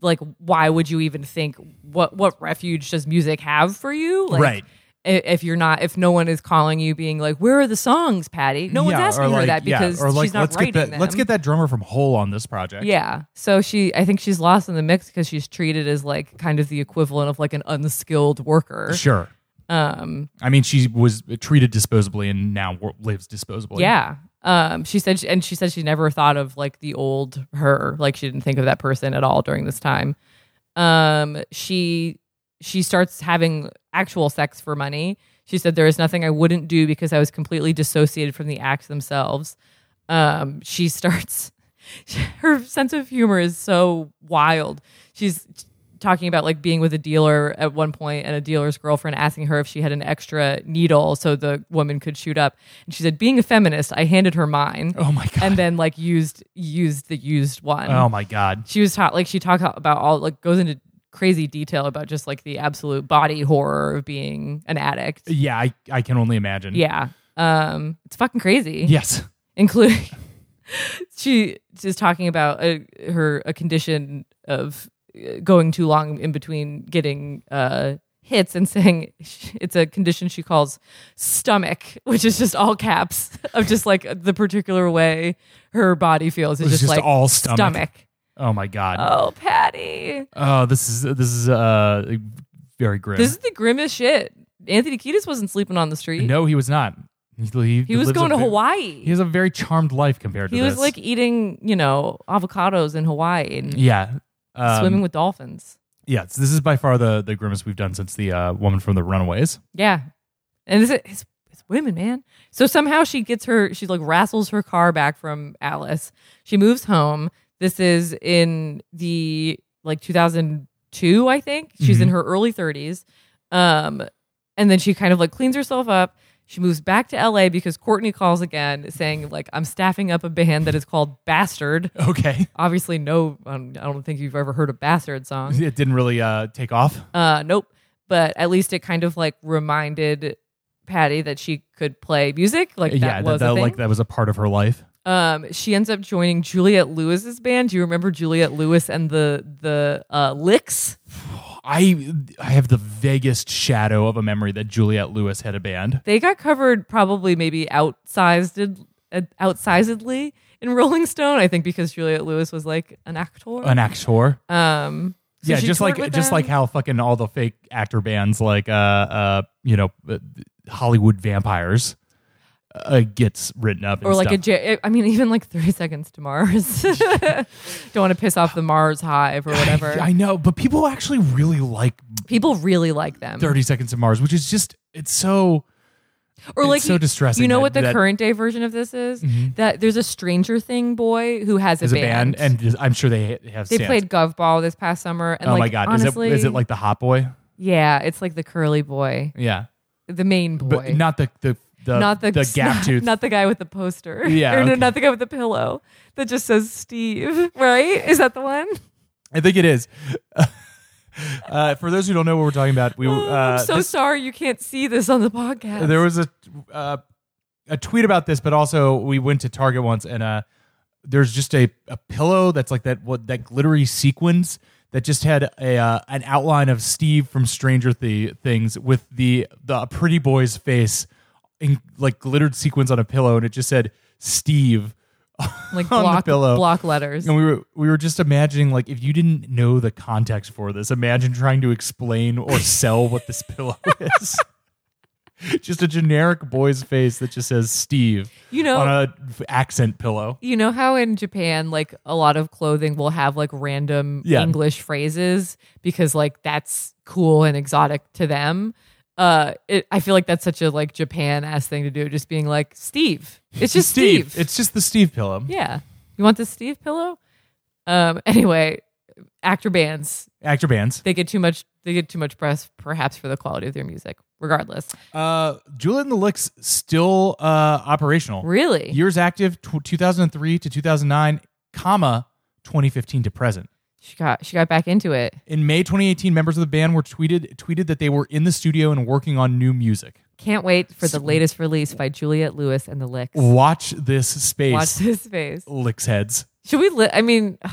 Speaker 2: like why would you even think what what refuge does music have for you? Like,
Speaker 1: Right.
Speaker 2: i- If you're not, if no one is calling you, being like, "Where are the songs, Patty?" No
Speaker 1: Yeah,
Speaker 2: one's asking
Speaker 1: or
Speaker 2: her
Speaker 1: like-
Speaker 2: that because
Speaker 1: yeah, or like,
Speaker 2: she's not
Speaker 1: let's
Speaker 2: writing
Speaker 1: get that,
Speaker 2: them.
Speaker 1: Let's get that drummer from Hole on this project.
Speaker 2: Yeah. So she, I think she's lost in the mix because she's treated as like kind of the equivalent of like an unskilled worker.
Speaker 1: sure.
Speaker 2: Um,
Speaker 1: I mean, she was treated disposably and now wo- lives disposably.
Speaker 2: yeah. Um, she said, and she said she never thought of like the old her, like she didn't think of that person at all during this time. Um, she, she starts having actual sex for money. She said, there is nothing I wouldn't do because I was completely dissociated from the acts themselves. um, she starts her sense of humor is so wild. She's talking about like being with a dealer at one point and a dealer's girlfriend asking her if she had an extra needle so the woman could shoot up. And she said, being a feminist, I handed her mine.
Speaker 1: Oh my god.
Speaker 2: And then like used used the used one
Speaker 1: oh my god.
Speaker 2: she was taught like she talked about all like goes into crazy detail about just like the absolute body horror of being an addict.
Speaker 1: Yeah, I, I can only imagine.
Speaker 2: Yeah. Um it's fucking crazy
Speaker 1: Yes.
Speaker 2: including she is talking about a, her a condition of uh, going too long in between getting uh, hits and saying sh- it's a condition she calls stomach, which is just all caps of just like the particular way her body feels. It's
Speaker 1: It's
Speaker 2: just,
Speaker 1: just
Speaker 2: like
Speaker 1: all stomach. Oh my god.
Speaker 2: Oh, Patty,
Speaker 1: oh, this is this is uh very grim.
Speaker 2: this is the grimmest shit. Anthony Kiedis wasn't sleeping on the street.
Speaker 1: No, he was not. He, he,
Speaker 2: he was
Speaker 1: lives
Speaker 2: going
Speaker 1: a
Speaker 2: to
Speaker 1: ve-
Speaker 2: Hawaii.
Speaker 1: He has a very charmed life compared to
Speaker 2: he
Speaker 1: this.
Speaker 2: was like eating, you know, avocados in Hawaii and
Speaker 1: yeah, um,
Speaker 2: swimming with dolphins.
Speaker 1: Yeah, so this is by far the the grimmest we've done since the uh, woman from the Runaways.
Speaker 2: Yeah. And it's, it's, it's women, man. So somehow she gets her, she like wrestles her car back from Alice. She moves home. This is in the like 2002, I think. She's in her early 30s. Um, and then she kind of like cleans herself up. She moves back to LA because Courtney calls again saying, like, I'm staffing up a band that is called Bastard.
Speaker 1: Okay,
Speaker 2: Obviously, no, um, I don't think you've ever heard a Bastard song.
Speaker 1: it didn't really uh, take off.
Speaker 2: Uh, nope. But at least it kind of like reminded Patty that she could play music. Like that
Speaker 1: yeah,
Speaker 2: was
Speaker 1: that,
Speaker 2: a thing.
Speaker 1: like that was a part of her life.
Speaker 2: Um, she ends up joining Juliet Lewis's band. Do you remember Juliet Lewis and the the uh, Licks?
Speaker 1: I I have the vaguest shadow of a memory that Juliette Lewis had a band.
Speaker 2: They got covered probably maybe outsized uh, outsizedly in Rolling Stone, I think because Juliette Lewis was like an actor.
Speaker 1: An actor.
Speaker 2: um so
Speaker 1: yeah,
Speaker 2: she
Speaker 1: just
Speaker 2: toured
Speaker 1: like
Speaker 2: with
Speaker 1: just
Speaker 2: them.
Speaker 1: like how fucking all the fake actor bands like uh uh you know uh, Hollywood vampires uh, gets written up and
Speaker 2: or like a
Speaker 1: stuff.
Speaker 2: J- I mean even like 30 seconds to Mars. Don't want to piss off the Mars hive or whatever.
Speaker 1: I, I know, but people actually really like
Speaker 2: People really like them.
Speaker 1: 30 Seconds to Mars, which is just it's so
Speaker 2: or
Speaker 1: It's
Speaker 2: like
Speaker 1: so
Speaker 2: you-
Speaker 1: distressing
Speaker 2: You know
Speaker 1: that-
Speaker 2: what the
Speaker 1: that-
Speaker 2: current day version of this is? That there's a Stranger Thing boy who has a,
Speaker 1: as a band, and just, I'm sure they have
Speaker 2: they
Speaker 1: stands.
Speaker 2: played gov ball this past summer. And
Speaker 1: Oh
Speaker 2: like,
Speaker 1: my god,
Speaker 2: honestly,
Speaker 1: is it is it like the hot boy?
Speaker 2: yeah, it's like the curly boy,
Speaker 1: Yeah.
Speaker 2: the main boy,
Speaker 1: But not the the the,
Speaker 2: not the,
Speaker 1: gap
Speaker 2: not,
Speaker 1: tooth.
Speaker 2: not the guy with the poster.
Speaker 1: Yeah,
Speaker 2: or no,
Speaker 1: okay.
Speaker 2: not the guy with the pillow that just says Steve. Right? Is that the one?
Speaker 1: I think it is. uh, for those who don't know what we're talking about, we
Speaker 2: Oh,
Speaker 1: uh,
Speaker 2: I'm so
Speaker 1: this-
Speaker 2: sorry you can't see this on the podcast.
Speaker 1: there was a uh, a tweet about this, but also we went to Target once and uh, there's just a, a pillow that's like that what that glittery sequins that just had a uh, an outline of Steve from Stranger Thi- Things with the the pretty boy's face in like glittered sequins on a pillow, and it just said Steve.
Speaker 2: like
Speaker 1: on the
Speaker 2: block
Speaker 1: pillow.
Speaker 2: block letters.
Speaker 1: And we were we were just imagining like if you didn't know the context for this, imagine trying to explain or sell what this pillow is. just a generic boy's face that just says Steve
Speaker 2: You know-
Speaker 1: on a f- accent pillow.
Speaker 2: You know how in Japan, like a lot of clothing will have like random
Speaker 1: Yeah.
Speaker 2: English phrases because like that's cool and exotic to them. Uh, it, I feel like that's such a like Japan ass thing to do, just being like Steve. It's just Steve.
Speaker 1: It's just the Steve pillow.
Speaker 2: yeah. You want this Steve pillow? Um. Anyway, actor bands
Speaker 1: Actor bands.
Speaker 2: they get too much they get too much press perhaps for the quality of their music. Regardless,
Speaker 1: Uh Julian the Licks still uh operational.
Speaker 2: really,
Speaker 1: Years active tw 2003 to 2009, comma 2015 to present.
Speaker 2: she got she got back into it.
Speaker 1: In May 2018, members of the band were tweeted tweeted that they were in the studio and working on new music.
Speaker 2: Can't wait for the latest release by Juliet Lewis and the Licks.
Speaker 1: Watch this space.
Speaker 2: Watch this face.
Speaker 1: Licks heads.
Speaker 2: Should we? Li- I mean,
Speaker 1: Do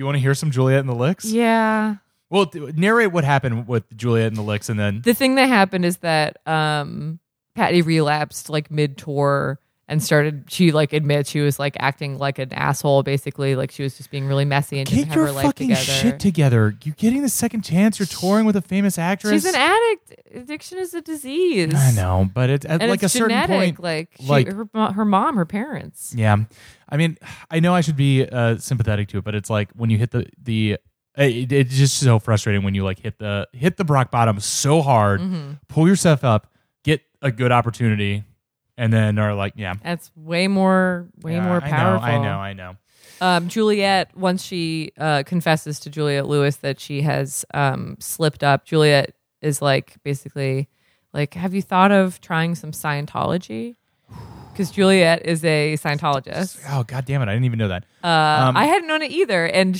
Speaker 1: you want to hear some Juliet and the Licks?
Speaker 2: yeah.
Speaker 1: Well, th- narrate what happened with Juliet and the Licks, and then
Speaker 2: The thing that happened is that um, Patty relapsed like mid tour and started. She like admits she was like acting like an asshole. Basically, like she was just being really messy and didn't
Speaker 1: get
Speaker 2: have
Speaker 1: your
Speaker 2: her life
Speaker 1: fucking
Speaker 2: together.
Speaker 1: shit together. You're getting the second chance. You're touring with a famous actress.
Speaker 2: She's an addict. Addiction is a disease.
Speaker 1: I know, but it, at
Speaker 2: and
Speaker 1: like
Speaker 2: it's
Speaker 1: a
Speaker 2: genetic.
Speaker 1: certain point,
Speaker 2: like she,
Speaker 1: like-
Speaker 2: her, mo- her mom, her parents.
Speaker 1: yeah. I mean, I know I should be uh, sympathetic to it, but it's like when you hit the the. uh, It, it's just so frustrating when you like hit the hit the rock bottom so hard,
Speaker 2: Mm-hmm.
Speaker 1: pull yourself up, get a good opportunity, and then are like, yeah,
Speaker 2: That's way more, way
Speaker 1: Yeah,
Speaker 2: more powerful.
Speaker 1: I know, I know, I know.
Speaker 2: Um, Juliet, once she uh, confesses to Juliet Lewis that she has um, slipped up, Juliet is like basically like, "Have you thought of trying some Scientology?" Because Juliet is a Scientologist.
Speaker 1: Oh god damn it! I didn't even know that.
Speaker 2: Uh, I hadn't known it either, and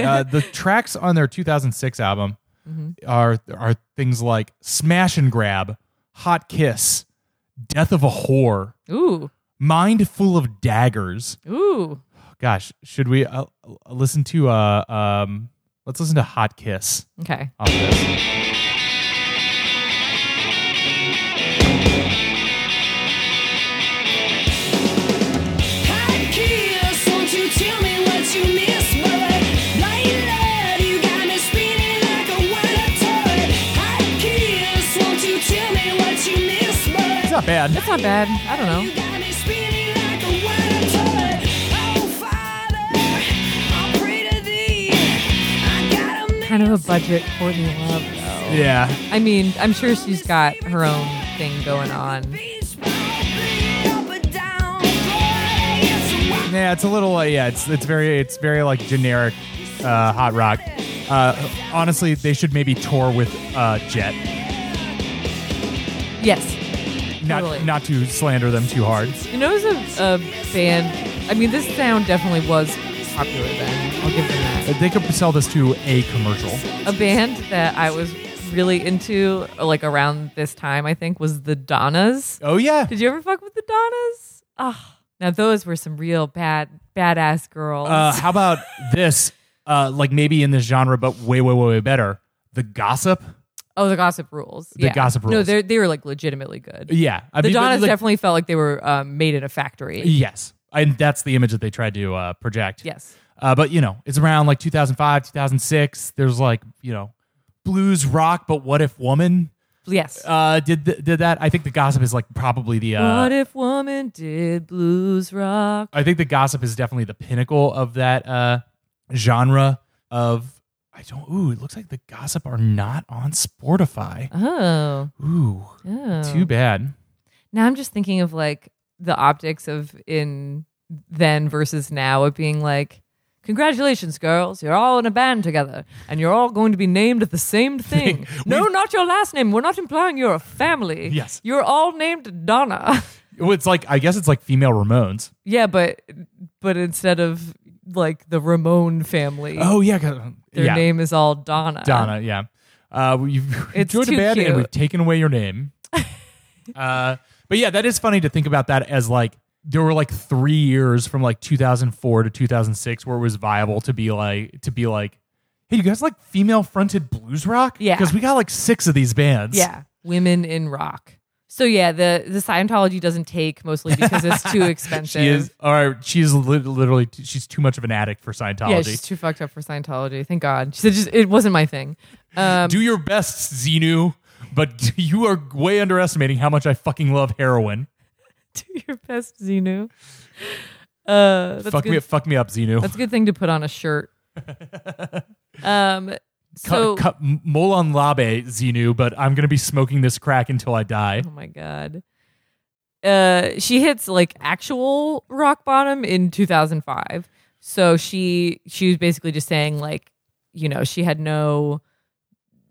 Speaker 1: Uh, the tracks on their 2006 album
Speaker 2: Mm-hmm.
Speaker 1: are are things like "Smash and Grab," "Hot Kiss," "Death of a Whore,"
Speaker 2: ooh
Speaker 1: "Mind Full of Daggers."
Speaker 2: ooh
Speaker 1: Gosh, should we uh, uh, listen to? Uh, um, let's listen to "Hot Kiss."
Speaker 2: okay.
Speaker 1: Off this. It's not bad.
Speaker 2: That's not bad. I don't know.
Speaker 4: Oh,
Speaker 2: Kind of a budget Courtney Love, though.
Speaker 1: Yeah,
Speaker 2: I mean, I'm sure she's got her own thing going on.
Speaker 1: yeah. It's a little. Uh, yeah, it's it's very it's very like generic, uh, hot rock. Uh, honestly, they should maybe tour with uh, Jet.
Speaker 2: Yes,
Speaker 1: not
Speaker 2: Totally.
Speaker 1: not to slander them too hard.
Speaker 2: You know, as a, a band, I mean, this sound definitely was popular then. I'll give them that.
Speaker 1: They could sell this to a commercial.
Speaker 2: A band that I was really into, like around this time, I think, was the Donnas.
Speaker 1: Oh yeah.
Speaker 2: Did you ever fuck with the Donnas? Ah, now those were some real bad, badass girls.
Speaker 1: Uh, how about this? Uh, like maybe in this genre, but way way way way better. The Gossip.
Speaker 2: Oh, the gossip rules.
Speaker 1: The
Speaker 2: yeah.
Speaker 1: Gossip
Speaker 2: No,
Speaker 1: Rules.
Speaker 2: they they were like legitimately good.
Speaker 1: Yeah, I
Speaker 2: the
Speaker 1: mean,
Speaker 2: Donnas
Speaker 1: like-
Speaker 2: definitely felt like they were um, made in a factory.
Speaker 1: Yes, and that's the image that they tried to uh, project.
Speaker 2: Yes.
Speaker 1: Uh, but you know, it's around like 2005, 2006. There's like you know, blues rock, but what if woman
Speaker 2: Yes.
Speaker 1: uh, did th- did that? I think the gossip is like probably the. Uh,
Speaker 2: what if woman did blues rock?
Speaker 1: I think the gossip is definitely the pinnacle of that uh, genre of. I don't. Ooh, it looks like the gossip are not on Spotify.
Speaker 2: Oh,
Speaker 1: Ooh,
Speaker 2: oh.
Speaker 1: too bad.
Speaker 2: Now I'm just thinking of like the optics of in then versus now of being like, congratulations, girls, you're all in a band together and you're all going to be named the same thing. no, not your last name. We're not implying you're a family.
Speaker 1: Yes.
Speaker 2: You're all named Donna.
Speaker 1: Well, It's like I guess it's like female Ramones.
Speaker 2: yeah, but but instead of like the Ramon family,
Speaker 1: Oh yeah, 'cause-
Speaker 2: their
Speaker 1: yeah.
Speaker 2: name is all Donna.
Speaker 1: Donna, yeah. Uh, you've
Speaker 2: It's
Speaker 1: joined a
Speaker 2: too
Speaker 1: band and
Speaker 2: cute.
Speaker 1: we've taken away your name. uh, but yeah, that is funny to think about that as like there were like three years from like 2004 to 2006 where it was viable to be like to be like, hey, you guys like female fronted blues rock?
Speaker 2: Yeah.
Speaker 1: because we got like six of these bands.
Speaker 2: Yeah, women in rock. So yeah, the the Scientology doesn't take mostly because it's too expensive.
Speaker 1: she is. Or she is li- literally she's too much of an addict for Scientology.
Speaker 2: Yeah, she's too fucked up for Scientology. Thank God. She said, just, it wasn't my thing. Um,
Speaker 1: Do your best, Xenu, but you are way underestimating how much I fucking love heroin.
Speaker 2: do your best, Xenu. Uh, that's,
Speaker 1: Fuck
Speaker 2: good.
Speaker 1: me, fuck me up, Xenu.
Speaker 2: that's a good thing to put on a shirt. um, so,
Speaker 1: cut, cut Molon Labe Xenu, but I'm gonna be smoking this crack until I die.
Speaker 2: oh my God. Uh, she hits like actual rock bottom in 2005. So she she was basically just saying like, you know, she had no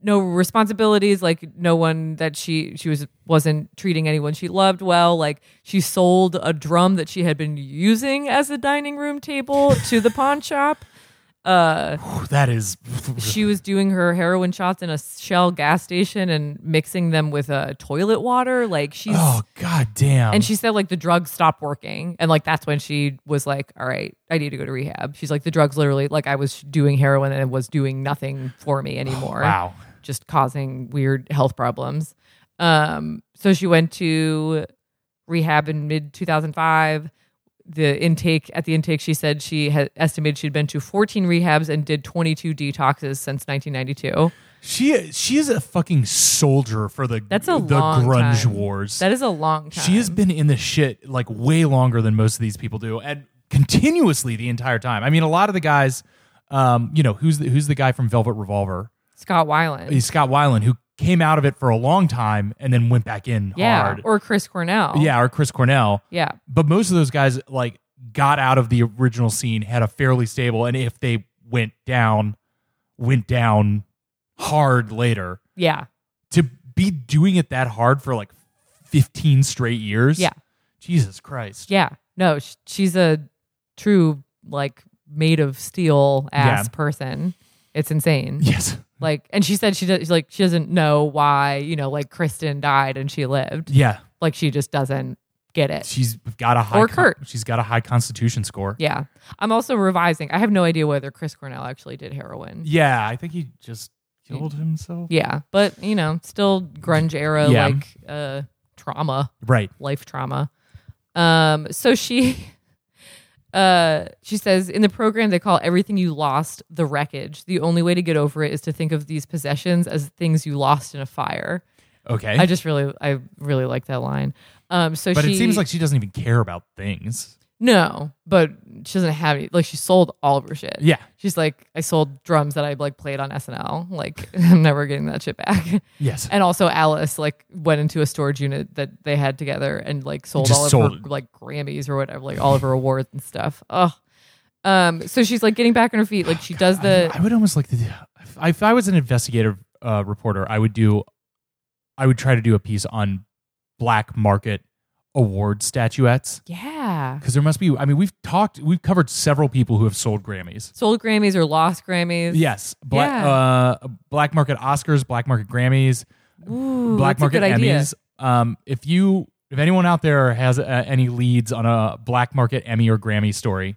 Speaker 2: no responsibilities like no one that she she was wasn't treating anyone she loved well like she sold a drum that she had been using as a dining room table to the pawn shop uh
Speaker 1: Whew, that is
Speaker 2: she was doing her heroin shots in a shell gas station and mixing them with uh, toilet water like she's
Speaker 1: oh god damn.
Speaker 2: and she said like the drugs stopped working and like that's when she was like all right i need to go to rehab she's like the drugs literally like i was doing heroin and it was doing nothing for me anymore
Speaker 1: wow.
Speaker 2: just causing weird health problems. Um, so she went to rehab in mid 2005. The intake at the intake, she said she had estimated she'd been to 14 rehabs and did 22 detoxes since 1992.
Speaker 1: She she is a fucking soldier for the
Speaker 2: That's a
Speaker 1: the
Speaker 2: long
Speaker 1: grunge
Speaker 2: time.
Speaker 1: wars.
Speaker 2: That is a long time.
Speaker 1: she has been in the shit like way longer than most of these people do, and continuously the entire time. I mean, a lot of the guys, um, you know, who's the, who's the guy from Velvet Revolver?
Speaker 2: Scott Weiland.
Speaker 1: He's Scott Weiland, who came out of it for a long time and then went back in
Speaker 2: yeah,
Speaker 1: hard.
Speaker 2: or Chris Cornell.
Speaker 1: yeah, or Chris Cornell.
Speaker 2: yeah.
Speaker 1: but most of those guys like got out of the original scene had a fairly stable and if they went down went down hard later
Speaker 2: Yeah.
Speaker 1: to be doing it that hard for like 15 straight years
Speaker 2: Yeah.
Speaker 1: jesus christ
Speaker 2: Yeah. No, sh- she's a true like made of steel ass
Speaker 1: Yeah.
Speaker 2: person. It's insane.
Speaker 1: yes
Speaker 2: like and she said she does like she doesn't know why you know like kristen died and she lived
Speaker 1: yeah
Speaker 2: like she just doesn't get it
Speaker 1: she's got a high
Speaker 2: Or Kurt.
Speaker 1: she's got a high constitution score
Speaker 2: yeah i'm also revising i have no idea whether chris cornell actually did heroin
Speaker 1: yeah i think he just killed himself
Speaker 2: yeah but you know still grunge era
Speaker 1: Yeah.
Speaker 2: like uh trauma
Speaker 1: right
Speaker 2: life trauma. Um, so she uh she says in the program they call everything you lost the wreckage. The only way to get over it is to think of these possessions as things you lost in a fire.
Speaker 1: okay
Speaker 2: I just really I really like that line. Um so
Speaker 1: Eh? but
Speaker 2: she
Speaker 1: it seems like she doesn't even care about things
Speaker 2: no, but she doesn't have any like she sold all of her shit.
Speaker 1: yeah
Speaker 2: She's like, I sold drums that I like played on SNL. Like I'm never getting that shit back.
Speaker 1: yes
Speaker 2: And also Alice like went into a storage unit that they had together and like sold
Speaker 1: Just
Speaker 2: all of
Speaker 1: sold
Speaker 2: her
Speaker 1: it.
Speaker 2: like Grammys or whatever, like all of her awards and stuff. Oh. Um, so she's like getting back on her feet. Like she does the
Speaker 1: Oh, I, I would almost like to. do- If, if I was an investigative uh, reporter, I would do. I would try to do a piece on black market award statuettes
Speaker 2: Yeah.
Speaker 1: because there must be. I mean, we've talked. We've covered several people who have sold Grammys.
Speaker 2: Sold Grammys or lost Grammys.
Speaker 1: Yes, black
Speaker 2: Yeah.
Speaker 1: uh, black market Oscars, black market Grammys,
Speaker 2: Ooh,
Speaker 1: black
Speaker 2: that's a
Speaker 1: market
Speaker 2: good idea.
Speaker 1: Emmys. Um, if you, if anyone out there has uh, any leads on a black market Emmy or Grammy story,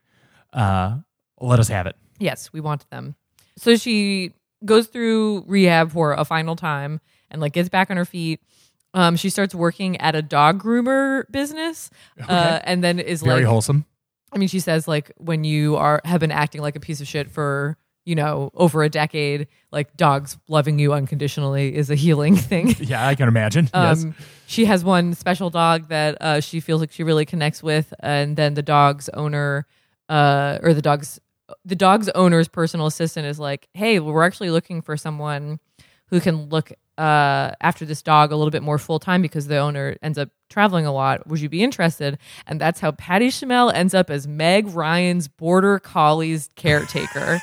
Speaker 1: uh, let us have it.
Speaker 2: Yes, we want them. So she goes through rehab for a final time and like gets back on her feet. Um, she starts working at a dog groomer business, uh, and then is
Speaker 1: Very
Speaker 2: like
Speaker 1: wholesome.
Speaker 2: I mean, she says like when you are have been acting like a piece of shit for you know over a decade, like dogs loving you unconditionally is a healing thing.
Speaker 1: Yeah, I can imagine. yes.
Speaker 2: Um, She has one special dog that uh, she feels like she really connects with, and then the dog's owner, uh, or the dog's the dog's owner's personal assistant is like, "Hey, we're actually looking for someone who can look uh, after this dog a little bit more full time because the owner ends up traveling a lot. Would you be interested?" And that's how Patty Chamel ends up as Meg Ryan's border collie's caretaker.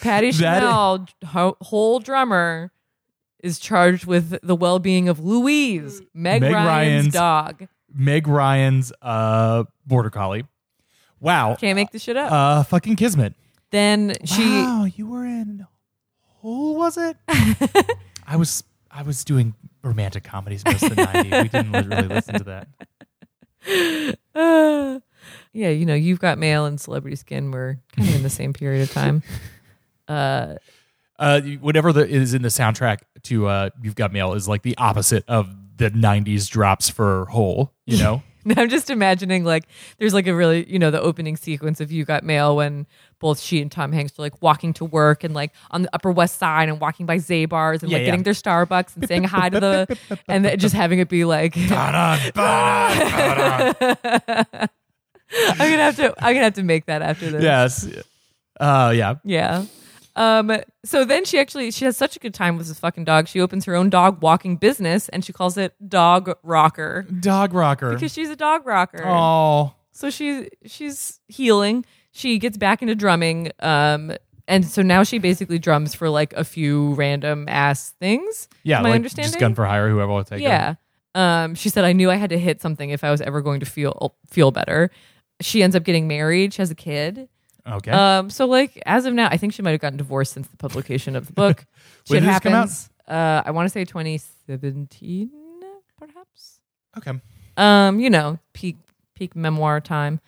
Speaker 2: Patty
Speaker 1: That-
Speaker 2: Chanel, ho- whole drummer, is charged with the well being of Louise, Meg,
Speaker 1: Meg
Speaker 2: Ryan's,
Speaker 1: Ryan's-
Speaker 2: dog.
Speaker 1: Meg Ryan's uh, border collie. Wow.
Speaker 2: Can't make this shit up.
Speaker 1: Uh, fucking kismet.
Speaker 2: then she,
Speaker 1: wow, you were in Hole, was it? I was I was doing romantic comedies most of the 90s. We didn't li- really listen to that.
Speaker 2: Uh, yeah, you know, you've got mail and celebrity skin were kind of in the same period of time. Uh,
Speaker 1: Uh, you- whatever the, is in the soundtrack to uh, You've Got Mail is like the opposite of the 90s drops for Hole, you know?
Speaker 2: and I'm just imagining like there's like a really, you know, the opening sequence of You Got Mail when both she and Tom Hanks are like walking to work and like on the Upper West Side and walking by Zabar's and
Speaker 1: Yeah,
Speaker 2: like
Speaker 1: yeah.
Speaker 2: getting their Starbucks and saying hi to the and then just having it be like
Speaker 1: Ba-da, ba-da, ba-da.
Speaker 2: I'm gonna have to I'm gonna have to make that after this.
Speaker 1: yes. Uh, yeah.
Speaker 2: Yeah. Um, so then she actually she has such a good time with this fucking dog. She opens her own dog walking business and she calls it Dog Rocker
Speaker 1: Dog Rocker.
Speaker 2: because she's a dog rocker.
Speaker 1: Oh,
Speaker 2: So she she's healing. She gets back into drumming. Um, and so now she basically drums for like a few random ass things.
Speaker 1: yeah.
Speaker 2: is my
Speaker 1: like,
Speaker 2: understanding.
Speaker 1: Just gun for hire, whoever will take it.
Speaker 2: Yeah. Um, she said, I knew I had to hit something if I was ever going to feel feel better. She ends up getting married. She has a kid.
Speaker 1: Okay.
Speaker 2: Um, so like as of now, I think she might have gotten divorced since the publication of the book.
Speaker 1: When did
Speaker 2: Shit
Speaker 1: this come out?
Speaker 2: happens. Uh, I want to say 2017, perhaps.
Speaker 1: okay.
Speaker 2: Um, you know, peak peak memoir time.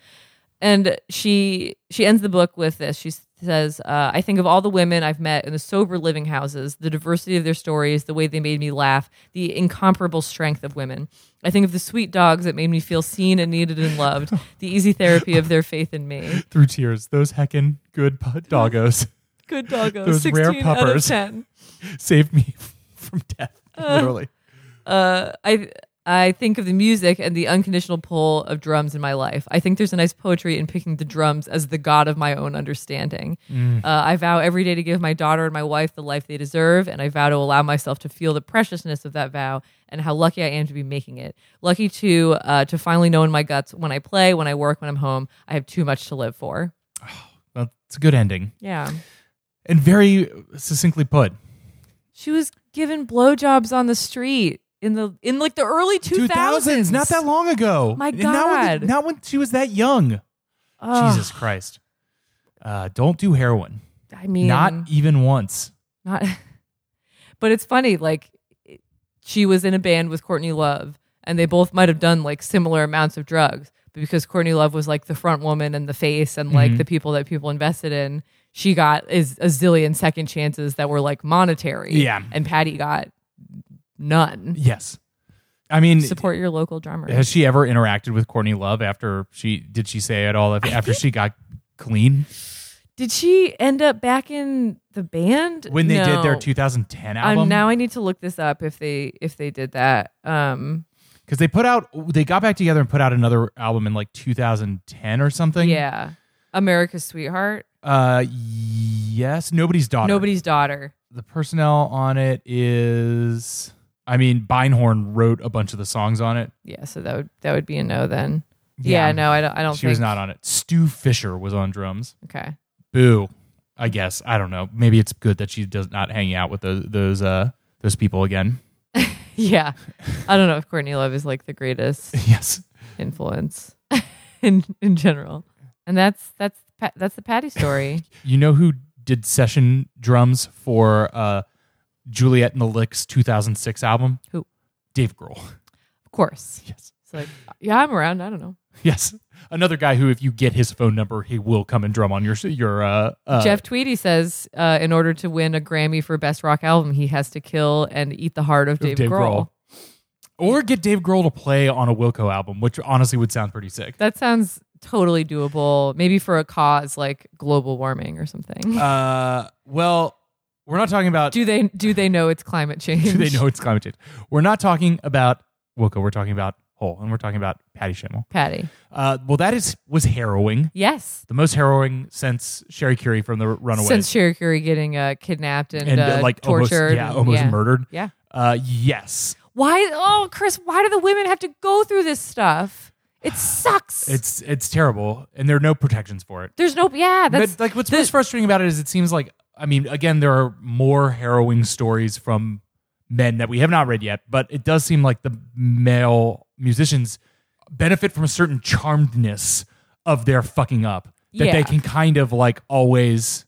Speaker 2: And she she ends the book with this. She says, uh, "I think of all the women I've met in the sober living houses, the diversity of their stories, the way they made me laugh, the incomparable strength of women. I think of the sweet dogs that made me feel seen and needed and loved, the easy therapy of their faith in me."
Speaker 1: Through tears, those heckin' good pu- doggos
Speaker 2: good doggos.
Speaker 1: Those rare
Speaker 2: 16 out of
Speaker 1: puppers.
Speaker 2: 10.
Speaker 1: saved me from death. Literally.
Speaker 2: Uh, I I think of the music and the unconditional pull of drums in my life. I think there's a nice poetry in picking the drums as the god of my own understanding.
Speaker 1: Mm.
Speaker 2: Uh, I vow every day to give my daughter and my wife the life they deserve, and I vow to allow myself to feel the preciousness of that vow and how lucky I am to be making it. Lucky to uh, to finally know in my guts when I play, when I work, when I'm home, I have too much to live for.
Speaker 1: Well, it's a good ending
Speaker 2: Yeah.
Speaker 1: and very succinctly put.
Speaker 2: She was given blowjobs on the street in the in like the early 2000s.
Speaker 1: 2000s, not that long ago.
Speaker 2: My
Speaker 1: And Not when,
Speaker 2: God.
Speaker 1: not when she was that young.
Speaker 2: Ugh,
Speaker 1: Jesus Christ. Uh, don't do heroin.
Speaker 2: I mean,
Speaker 1: Not even once.
Speaker 2: not. but it's funny. Like it- she was in a band with Courtney Love, and they both might have done like similar amounts of drugs. But because Courtney Love was like the front woman and the face, and
Speaker 1: Mm-hmm.
Speaker 2: like the people that people invested in, she got is a zillion second chances that were like monetary.
Speaker 1: Yeah.
Speaker 2: and Patty got none.
Speaker 1: Yes. I mean,
Speaker 2: Support your local drummer.
Speaker 1: has she ever interacted with Courtney Love after she did she say at all if, after she got clean
Speaker 2: Did she end up back in the band
Speaker 1: when they did their
Speaker 2: No.
Speaker 1: 2010
Speaker 2: Um,
Speaker 1: album?
Speaker 2: now I need to look this up if they if they did that. Um,
Speaker 1: Because they put out, they got back together and put out another album in like 2010 or something.
Speaker 2: yeah, America's Sweetheart,
Speaker 1: Uh, yes. Nobody's daughter.
Speaker 2: Nobody's Daughter.
Speaker 1: the personnel on it is I mean Beinhorn wrote a bunch of the songs on it.
Speaker 2: Yeah, so that would that would be a no then. Yeah,
Speaker 1: Yeah.
Speaker 2: no, I don't. I don't.
Speaker 1: She was
Speaker 2: think-
Speaker 1: not on it. Stu Fisher was on drums.
Speaker 2: Okay,
Speaker 1: Boo. I guess I don't know. Maybe it's good that she does not hang out with those those uh those people again.
Speaker 2: yeah, I don't know if Courtney Love is like the greatest
Speaker 1: yes.
Speaker 2: influence in in general. And that's that's Pa- that's the Patty story.
Speaker 1: You know who did session drums for uh Juliet and the Licks 2006 album?
Speaker 2: Who?
Speaker 1: Dave Grohl.
Speaker 2: of course,
Speaker 1: Yes.
Speaker 2: it's like yeah, I'm around. I don't know.
Speaker 1: Yes. Another guy who, if you get his phone number, he will come and drum on your your. Uh, uh,
Speaker 2: Jeff Tweedy says, uh, in order to win a Grammy for Best Rock Album, he has to kill and eat the heart of Dave,
Speaker 1: Dave
Speaker 2: Grohl.
Speaker 1: Grohl. Or get Dave Grohl to play on a Wilco album, which honestly would sound pretty sick.
Speaker 2: That sounds totally doable. Maybe for a cause like global warming or something.
Speaker 1: Uh, well, we're not talking about.
Speaker 2: do they do they know it's climate change?
Speaker 1: Do they know it's climate change? We're not talking about Wilco. We're talking about Hole, and we're talking about Patty Schimmel.
Speaker 2: Patty?
Speaker 1: Uh, well, that is was harrowing.
Speaker 2: Yes.
Speaker 1: The most harrowing since Sherry Curie from the Runaways.
Speaker 2: Since Sherry Curie getting uh, kidnapped and,
Speaker 1: and
Speaker 2: uh,
Speaker 1: uh, like almost,
Speaker 2: tortured,
Speaker 1: yeah, almost
Speaker 2: yeah.
Speaker 1: murdered.
Speaker 2: Yeah.
Speaker 1: Uh, yes,
Speaker 2: Why? Oh, Chris, why do the women have to go through this stuff? It sucks.
Speaker 1: it's it's terrible, and there are no protections for it.
Speaker 2: There's no. Yeah, that's
Speaker 1: but like what's most frustrating about it is it seems like I mean again there are more harrowing stories from men that we have not read yet, but it does seem like the male musicians benefit from a certain charmedness of their fucking up that
Speaker 2: Yeah.
Speaker 1: they can kind of like always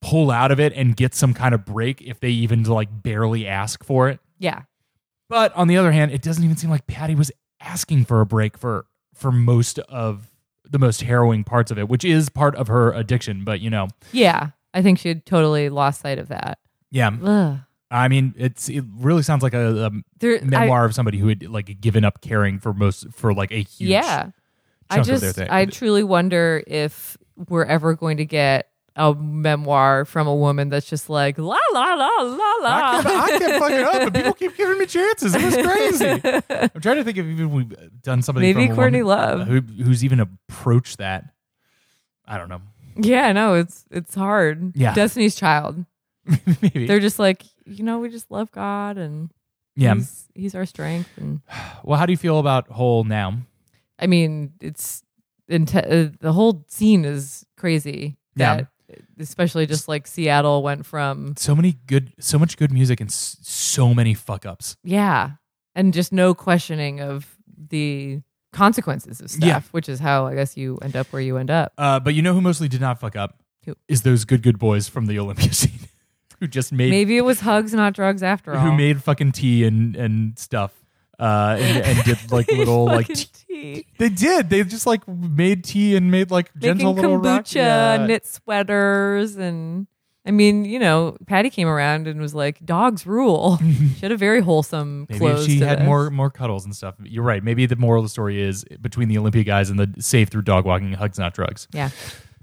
Speaker 1: pull out of it and get some kind of break if they even like barely ask for it.
Speaker 2: yeah.
Speaker 1: But on the other hand, it doesn't even seem like Patty was asking for a break for for most of the most harrowing parts of it, which is part of her addiction. But you know,
Speaker 2: Yeah, I think she had totally lost sight of that.
Speaker 1: yeah,
Speaker 2: Ugh.
Speaker 1: I mean, it's it really sounds like a, a
Speaker 2: There, I-
Speaker 1: memoir of somebody who had like given up caring for most for like a huge
Speaker 2: yeah, I
Speaker 1: chunk of
Speaker 2: just
Speaker 1: their thing.
Speaker 2: I truly wonder if we're ever going to get a memoir from a woman that's just like la la la la la.
Speaker 1: I kept, I kept fucking up, and people keep giving me chances. It was crazy. I'm trying to think if even we've done somebody
Speaker 2: Maybe
Speaker 1: from a
Speaker 2: Courtney
Speaker 1: woman,
Speaker 2: Love.
Speaker 1: uh, who, who's even approached that. I don't know.
Speaker 2: yeah, no, it's it's hard.
Speaker 1: Yeah.
Speaker 2: Destiny's Child.
Speaker 1: Maybe
Speaker 2: They're just like you know we just love God and
Speaker 1: yeah.
Speaker 2: he's, he's our strength and
Speaker 1: Well, how do you feel about Hole now?
Speaker 2: I mean, it's inte- uh, the whole scene is crazy.
Speaker 1: Yeah.
Speaker 2: That especially just like Seattle went from
Speaker 1: so many good so much good music and s- so many fuck ups
Speaker 2: yeah, and just no questioning of the consequences of stuff,
Speaker 1: Yeah.
Speaker 2: which is how I guess you end up where you end up.
Speaker 1: uh, but you know who mostly did not fuck up
Speaker 2: Who?
Speaker 1: is those good good boys from the olympia scene who just made
Speaker 2: Maybe it was hugs, not drugs, after all.
Speaker 1: who made fucking tea and and stuff uh and, and did like little like
Speaker 2: Fucking
Speaker 1: tea.
Speaker 2: tea.
Speaker 1: they did they just like made tea and made like gentle
Speaker 2: making
Speaker 1: little rock-
Speaker 2: kombucha,
Speaker 1: Yeah.
Speaker 2: knit sweaters, and I mean, you know, Patty came around and was like, "Dogs rule." she had a very wholesome.
Speaker 1: Maybe if
Speaker 2: close
Speaker 1: she
Speaker 2: to
Speaker 1: had
Speaker 2: this.
Speaker 1: more more cuddles and stuff. You're right. Maybe the moral of the story is between the Olympia guys and the safe through dog walking, hugs not drugs.
Speaker 2: Yeah.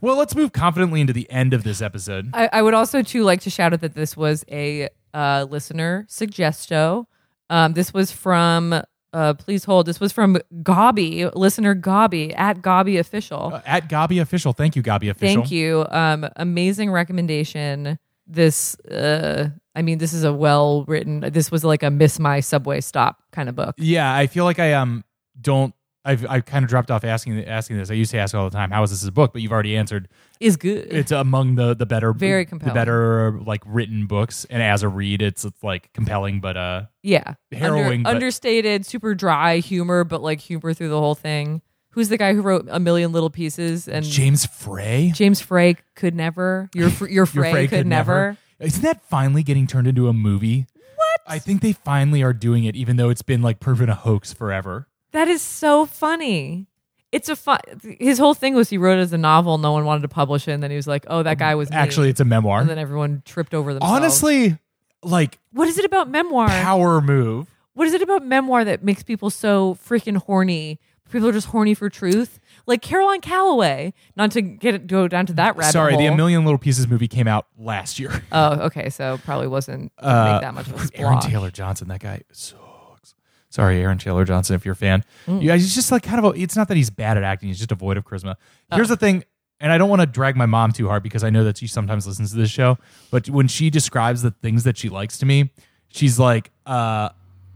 Speaker 1: Well, let's move confidently into the end of this episode.
Speaker 2: I, I would also too like to shout out that this was a uh, listener suggesto. Um, this was from uh, please hold. This was from Gobby listener Gobby at Gobby official.
Speaker 1: Uh, at Gabi official. Thank you, Gabi official.
Speaker 2: Thank you. Um, amazing recommendation. This uh, I mean, this is a well written. This was like a miss my subway stop kind of book.
Speaker 1: Yeah, I feel like I um don't. I've I've kind of dropped off asking asking this. I used to ask all the time, "How is this a book?" But you've already answered.
Speaker 2: Is good.
Speaker 1: It's among the the better,
Speaker 2: Very
Speaker 1: the
Speaker 2: compelling.
Speaker 1: better like written books. And as a read, it's, it's like compelling, but uh,
Speaker 2: yeah,
Speaker 1: harrowing, but-
Speaker 2: understated, super dry humor, but like humor through the whole thing. Who's the guy who wrote a million little pieces and
Speaker 1: James Frey.
Speaker 2: James Frey could never. Your fr- your Frey,
Speaker 1: Your Frey
Speaker 2: could, never.
Speaker 1: Isn't that finally getting turned into a movie? What? I think they finally are doing it, even though it's been like proven a hoax forever.
Speaker 2: That is so funny. It's a fun. His whole thing was he wrote it as a novel. No one wanted to publish it, and then he was like, "Oh, that guy was me,"
Speaker 1: Um, Actually, it's a memoir.
Speaker 2: And then everyone tripped over themselves.
Speaker 1: Honestly, like
Speaker 2: what is it about memoir?
Speaker 1: power move.
Speaker 2: what is it about memoir that makes people so freaking horny? People are just horny for truth. Like Caroline Calloway. Not to get go down to that rabbit
Speaker 1: Sorry,
Speaker 2: hole.
Speaker 1: the A Million Little Pieces movie came out last year.
Speaker 2: Oh, okay. So probably wasn't
Speaker 1: Uh,
Speaker 2: make that much of a
Speaker 1: who's Aaron
Speaker 2: splotch.
Speaker 1: Taylor Johnson. That guy sucks. Sorry, Aaron Taylor Johnson, if you're a fan. Yeah, he's just like kind of a, it's not that he's bad at acting, he's just a void of charisma. Here's the thing, and I don't want to drag my mom too hard because I know that she sometimes listens to this show, but when she describes the things that she likes to me, she's like, uh,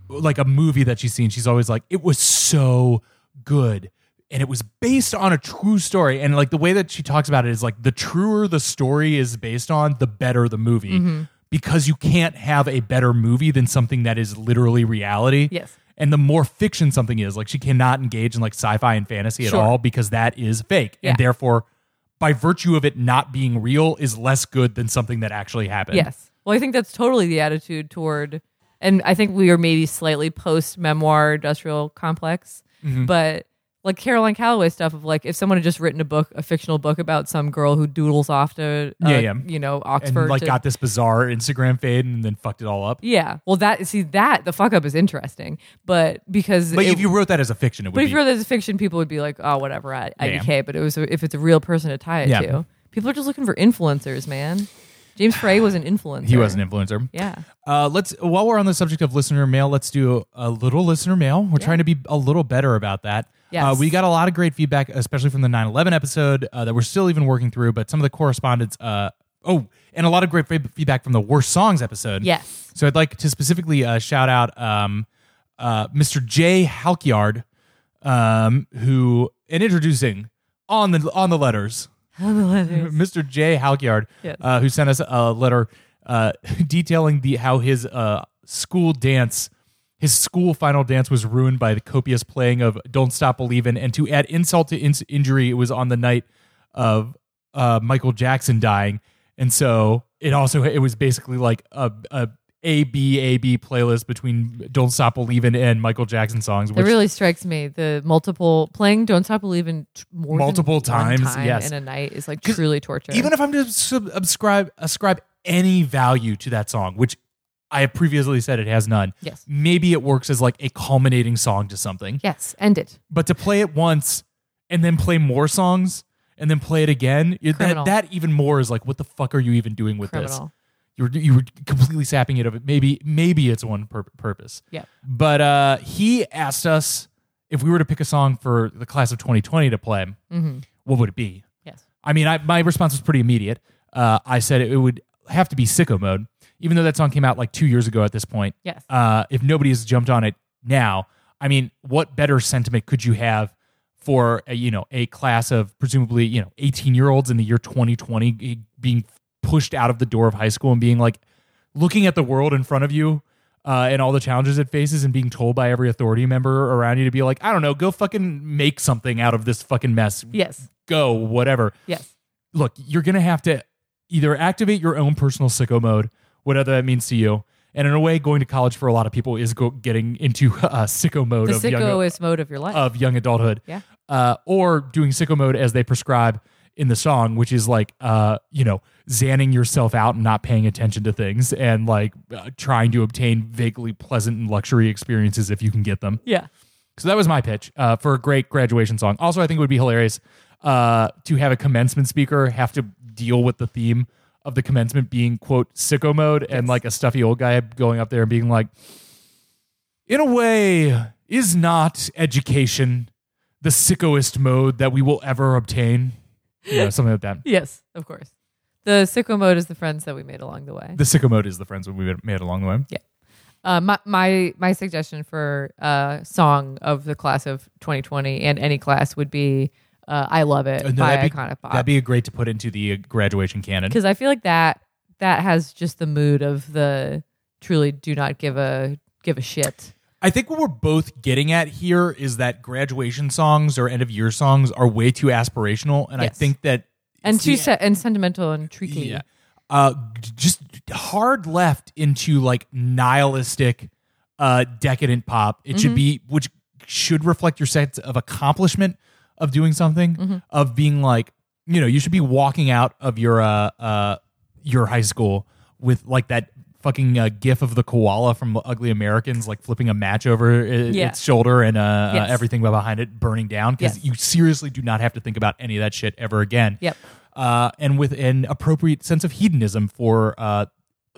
Speaker 1: like a movie that she's seen, she's always like, it was so good. And it was based on a true story. And like the way that she talks about it is like the truer the story is based on, the better the movie.
Speaker 2: Mm-hmm.
Speaker 1: Because you can't have a better movie than something that is literally reality.
Speaker 2: Yes.
Speaker 1: And the more fiction something is, like she cannot engage in like sci fi and fantasy at
Speaker 2: Sure.
Speaker 1: all because that is fake.
Speaker 2: Yeah.
Speaker 1: And therefore, by virtue of it not being real, is less good than something that actually happened.
Speaker 2: Yes. Well, I think that's totally the attitude toward,
Speaker 1: Mm-hmm.
Speaker 2: and I think we are maybe slightly post memoir industrial complex, but like Caroline Calloway stuff of like if someone had just written a book, a fictional book about some girl who doodles off to uh,
Speaker 1: Yeah, yeah.
Speaker 2: you know
Speaker 1: and
Speaker 2: Oxford
Speaker 1: like
Speaker 2: to-
Speaker 1: got this bizarre Instagram fade and then fucked it all up.
Speaker 2: yeah. Well, that see that the fuck up is interesting, but because
Speaker 1: But
Speaker 2: it-
Speaker 1: if you wrote that as a fiction, it would
Speaker 2: but if
Speaker 1: be
Speaker 2: you're there's a fiction, people would be like, oh, whatever, I,
Speaker 1: Yeah.
Speaker 2: IDK. But it was if it's a real person to tie it
Speaker 1: Yeah.
Speaker 2: to, people are just looking for influencers, man. James Frey was an influencer.
Speaker 1: he was an influencer.
Speaker 2: Yeah.
Speaker 1: Uh, let's while we're on the subject of listener mail, let's do a little listener mail. We're trying to be a little better about that.
Speaker 2: Yes.
Speaker 1: Uh, we got a lot of great feedback, especially from the 9/11 episode uh, that we're still even working through. But some of the correspondence, uh, oh, and a lot of great fe- feedback from the worst songs episode.
Speaker 2: Yes.
Speaker 1: So I'd like to specifically uh, shout out um, uh, Mr. J Halkyard, um, who in introducing on the on the letters. Mr. J. Halkyard,
Speaker 2: Yes.
Speaker 1: uh, who sent us a letter uh, detailing the how his uh, school dance, his school final dance, was ruined by the copious playing of "Don't Stop Believin'," and to add insult to in- injury, it was on the night of uh, Michael Jackson dying, and so it also it was basically like a. a a B A B playlist between "Don't Stop Believin'" and Michael Jackson songs,
Speaker 2: It
Speaker 1: which
Speaker 2: really strikes me the multiple playing "Don't Stop Believing" t- more than
Speaker 1: Multiple
Speaker 2: one
Speaker 1: times,
Speaker 2: time
Speaker 1: yes.
Speaker 2: in a night is like truly torture.
Speaker 1: even if I'm to sub- ascribe ascribe any value to that song, which I have previously said it has none.
Speaker 2: Yes.
Speaker 1: Maybe it works as like a culminating song to something.
Speaker 2: yes, end it.
Speaker 1: But to play it once and then play more songs and then play it again, it- that,
Speaker 2: Criminal.
Speaker 1: that even more is like, what the fuck are you even doing with this?
Speaker 2: Criminal.
Speaker 1: You were you were completely sapping it of it. Maybe maybe it's one pur- purpose.
Speaker 2: Yep.
Speaker 1: But uh, he asked us if we were to pick a song for the class of 2020 to play,
Speaker 2: Mm-hmm.
Speaker 1: what would it be?
Speaker 2: Yes.
Speaker 1: I mean, I, my response was pretty immediate. Uh, I said it would have to be sicko mode, even though that song came out like two years ago at this point.
Speaker 2: Yes.
Speaker 1: Uh, if nobody has jumped on it now, I mean, what better sentiment could you have for a, you know a class of presumably you know eighteen year olds in the year twenty twenty being pushed out of the door of high school and being like looking at the world in front of you. Uh, and all the challenges it faces, and being told by every authority member around you to be like, I don't know, go fucking make something out of this fucking mess.
Speaker 2: Yes.
Speaker 1: Go, whatever
Speaker 2: Yes.
Speaker 1: look, you're going to have to either activate your own personal sicko mode, whatever that means to you. And in a way, going to college for a lot of people is go- getting into uh, sicko mode
Speaker 2: The
Speaker 1: of young,
Speaker 2: sickoest mode of your life.
Speaker 1: of young adulthood.
Speaker 2: Yeah.
Speaker 1: Uh, or doing sicko mode as they prescribe in the song, which is like, uh, you know, zanning yourself out and not paying attention to things and like uh, trying to obtain vaguely pleasant and luxury experiences if you can get them.
Speaker 2: yeah.
Speaker 1: So that was my pitch uh, for a great graduation song. Also, I think it would be hilarious uh, to have a commencement speaker have to deal with the theme of the commencement being quote sicko mode and like a stuffy old guy going up there and being like, in a way, is not education the sickoest mode that we will ever obtain? You know, something like that.
Speaker 2: Yes. Of course. The sicko mode is the friends that we made along the way.
Speaker 1: The sicko mode is the friends we made along the way.
Speaker 2: Uh, my my my suggestion for uh song of the class of 2020 and any class would be uh, "I Love It"
Speaker 1: Uh, no,
Speaker 2: by
Speaker 1: that'd, be,
Speaker 2: Iconic Pop
Speaker 1: that'd be great to put into the uh, graduation canon.
Speaker 2: because I feel like that that has just the mood of the truly do not give a give a shit.
Speaker 1: I think what we're both getting at here is that graduation songs or end of year songs are way too aspirational, and I
Speaker 2: Yes.
Speaker 1: think that
Speaker 2: and
Speaker 1: it's
Speaker 2: too
Speaker 1: the-
Speaker 2: se- and sentimental and tricky.
Speaker 1: yeah, uh, g- just hard left into like nihilistic, uh, decadent pop. It
Speaker 2: Mm-hmm.
Speaker 1: should be which should reflect your sense of accomplishment of doing something,
Speaker 2: Mm-hmm.
Speaker 1: of being like you know you should be walking out of your uh, uh your high school with like that. Fucking uh, gif of the koala from Ugly Americans, like flipping a match over i-
Speaker 2: Yeah.
Speaker 1: its shoulder and uh,
Speaker 2: Yes.
Speaker 1: uh, everything behind it burning down because
Speaker 2: Yes.
Speaker 1: you seriously do not have to think about any of that shit ever again.
Speaker 2: Yep.
Speaker 1: Uh, and with an appropriate sense of hedonism for uh,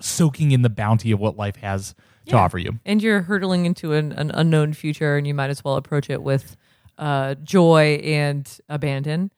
Speaker 1: soaking in the bounty of what life has to offer you.
Speaker 2: And you're hurtling into an, an unknown future, and you might as well approach it with uh, joy and abandon.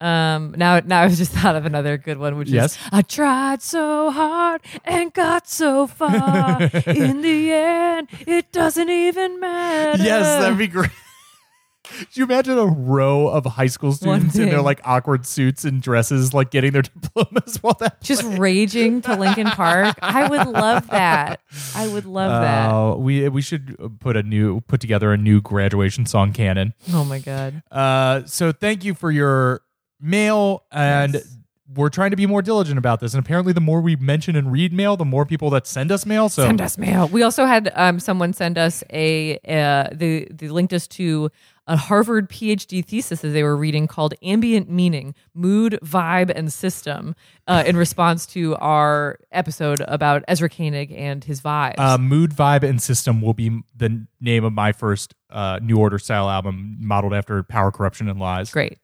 Speaker 2: Um, now, now I've just thought of another good one, which
Speaker 1: Yes.
Speaker 2: is I tried so hard and got so far. In the end, it doesn't even matter.
Speaker 1: Yes, that'd be great. Could you imagine a row of high school
Speaker 2: One
Speaker 1: students in their
Speaker 2: thing.
Speaker 1: like awkward suits and dresses, like getting their diplomas while that?
Speaker 2: just raging to Lincoln Park. I would love that. I would love that.
Speaker 1: Uh, we we should put a new put together a new graduation song canon.
Speaker 2: Oh my god.
Speaker 1: Uh, so thank you for your mail and
Speaker 2: Yes.
Speaker 1: we're trying to be more diligent about this and apparently the more we mention and read mail the more people that send us mail so
Speaker 2: send us mail. We also had um, someone send us a uh, the the linked us to a Harvard PhD thesis that they were reading called Ambient Meaning Mood, Vibe, and System uh, in response to our episode about Ezra Koenig and his vibes.
Speaker 1: Uh, Mood, Vibe, and System will be the name of my first uh, New Order style album modeled after Power, Corruption, and Lies.
Speaker 2: Great.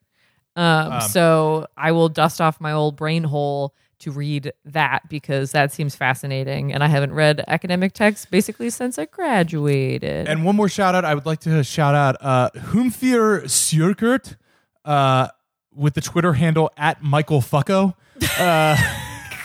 Speaker 2: Um, so I will dust off my old brain hole to read that because that seems fascinating. And I haven't read academic texts basically since I graduated.
Speaker 1: And one more shout out. I would like to shout out uh, Humfir Sjurkert uh, with the Twitter handle at Michael Fucko,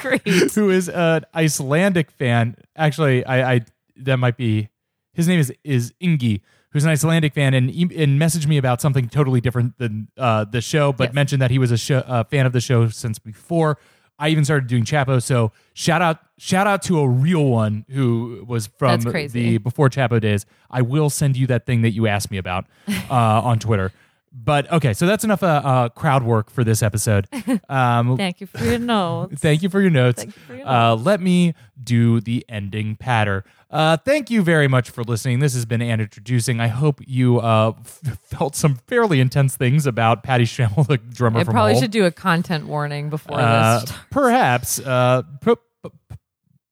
Speaker 2: Great.
Speaker 1: who is an Icelandic fan. Actually, I, I that might be his name is is Ingi, who's an Icelandic fan, and e- and messaged me about something totally different than uh, the show, but
Speaker 2: Yes.
Speaker 1: mentioned that he was a show, uh, fan of the show since before. I even started doing Chapo, so shout out shout out to a real one who was from
Speaker 2: That's crazy.
Speaker 1: the before Chapo days. I will send you that thing that you asked me about uh, on Twitter. But okay, so that's enough uh, uh, crowd work for this episode. Um,
Speaker 2: Thank you for your notes.
Speaker 1: Thank you for your notes.
Speaker 2: Thank you for your
Speaker 1: Uh, let me do the ending patter. Uh, thank you very much for listening. This has been and introducing. I hope you uh, f- felt some fairly intense things about Patty Shamel, the drummer
Speaker 2: I
Speaker 1: from
Speaker 2: probably
Speaker 1: Hole.
Speaker 2: should do a content warning before
Speaker 1: Uh,
Speaker 2: this.
Speaker 1: perhaps uh,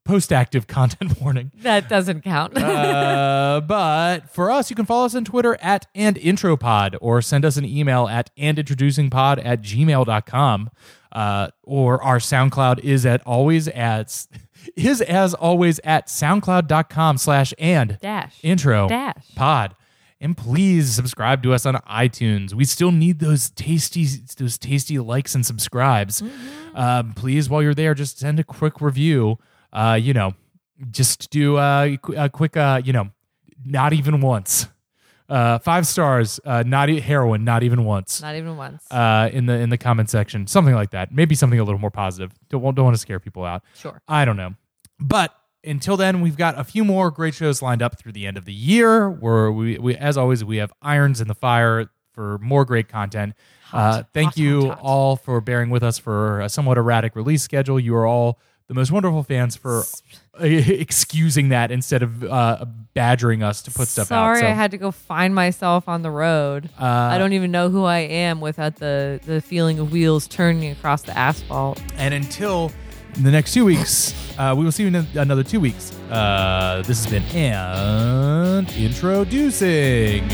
Speaker 1: post active content warning.
Speaker 2: That doesn't count.
Speaker 1: Uh, but for us, you can follow us on Twitter at and intropod or send us an email at andintroducingpod at gmail.com. Uh, or our SoundCloud is at always at is as always at soundcloud.com slash and
Speaker 2: Dash.
Speaker 1: intro
Speaker 2: Dash.
Speaker 1: pod. And please subscribe to us on iTunes. We still need those tasty, those tasty likes and subscribes.
Speaker 2: Mm-hmm.
Speaker 1: Um, please, while you're there, just send a quick review. Uh, you know, just do uh, qu- a quick, uh, you know, not even once. Uh, five stars, uh, not e- heroin, not even once.
Speaker 2: Not even once.
Speaker 1: Uh, in the in the comment section, something like that. Maybe something a little more positive. Don't don't want to scare people out.
Speaker 2: sure.
Speaker 1: I don't know. But until then, we've got a few more great shows lined up through the end of the year. Where we, we as always, we have irons in the fire for more great content. uh, thank
Speaker 2: hot,
Speaker 1: you
Speaker 2: hot, hot.
Speaker 1: all for bearing with us for a somewhat erratic release schedule. You are all the most wonderful fans for excusing that instead of uh, badgering us to put stuff
Speaker 2: Sorry,
Speaker 1: out. So, Uh,
Speaker 2: I had to go find myself on the road. I don't even know who I am without the, the feeling of wheels turning across the asphalt.
Speaker 1: and until the next two weeks, uh, we will see you in another two weeks. Uh, this has been and introducing.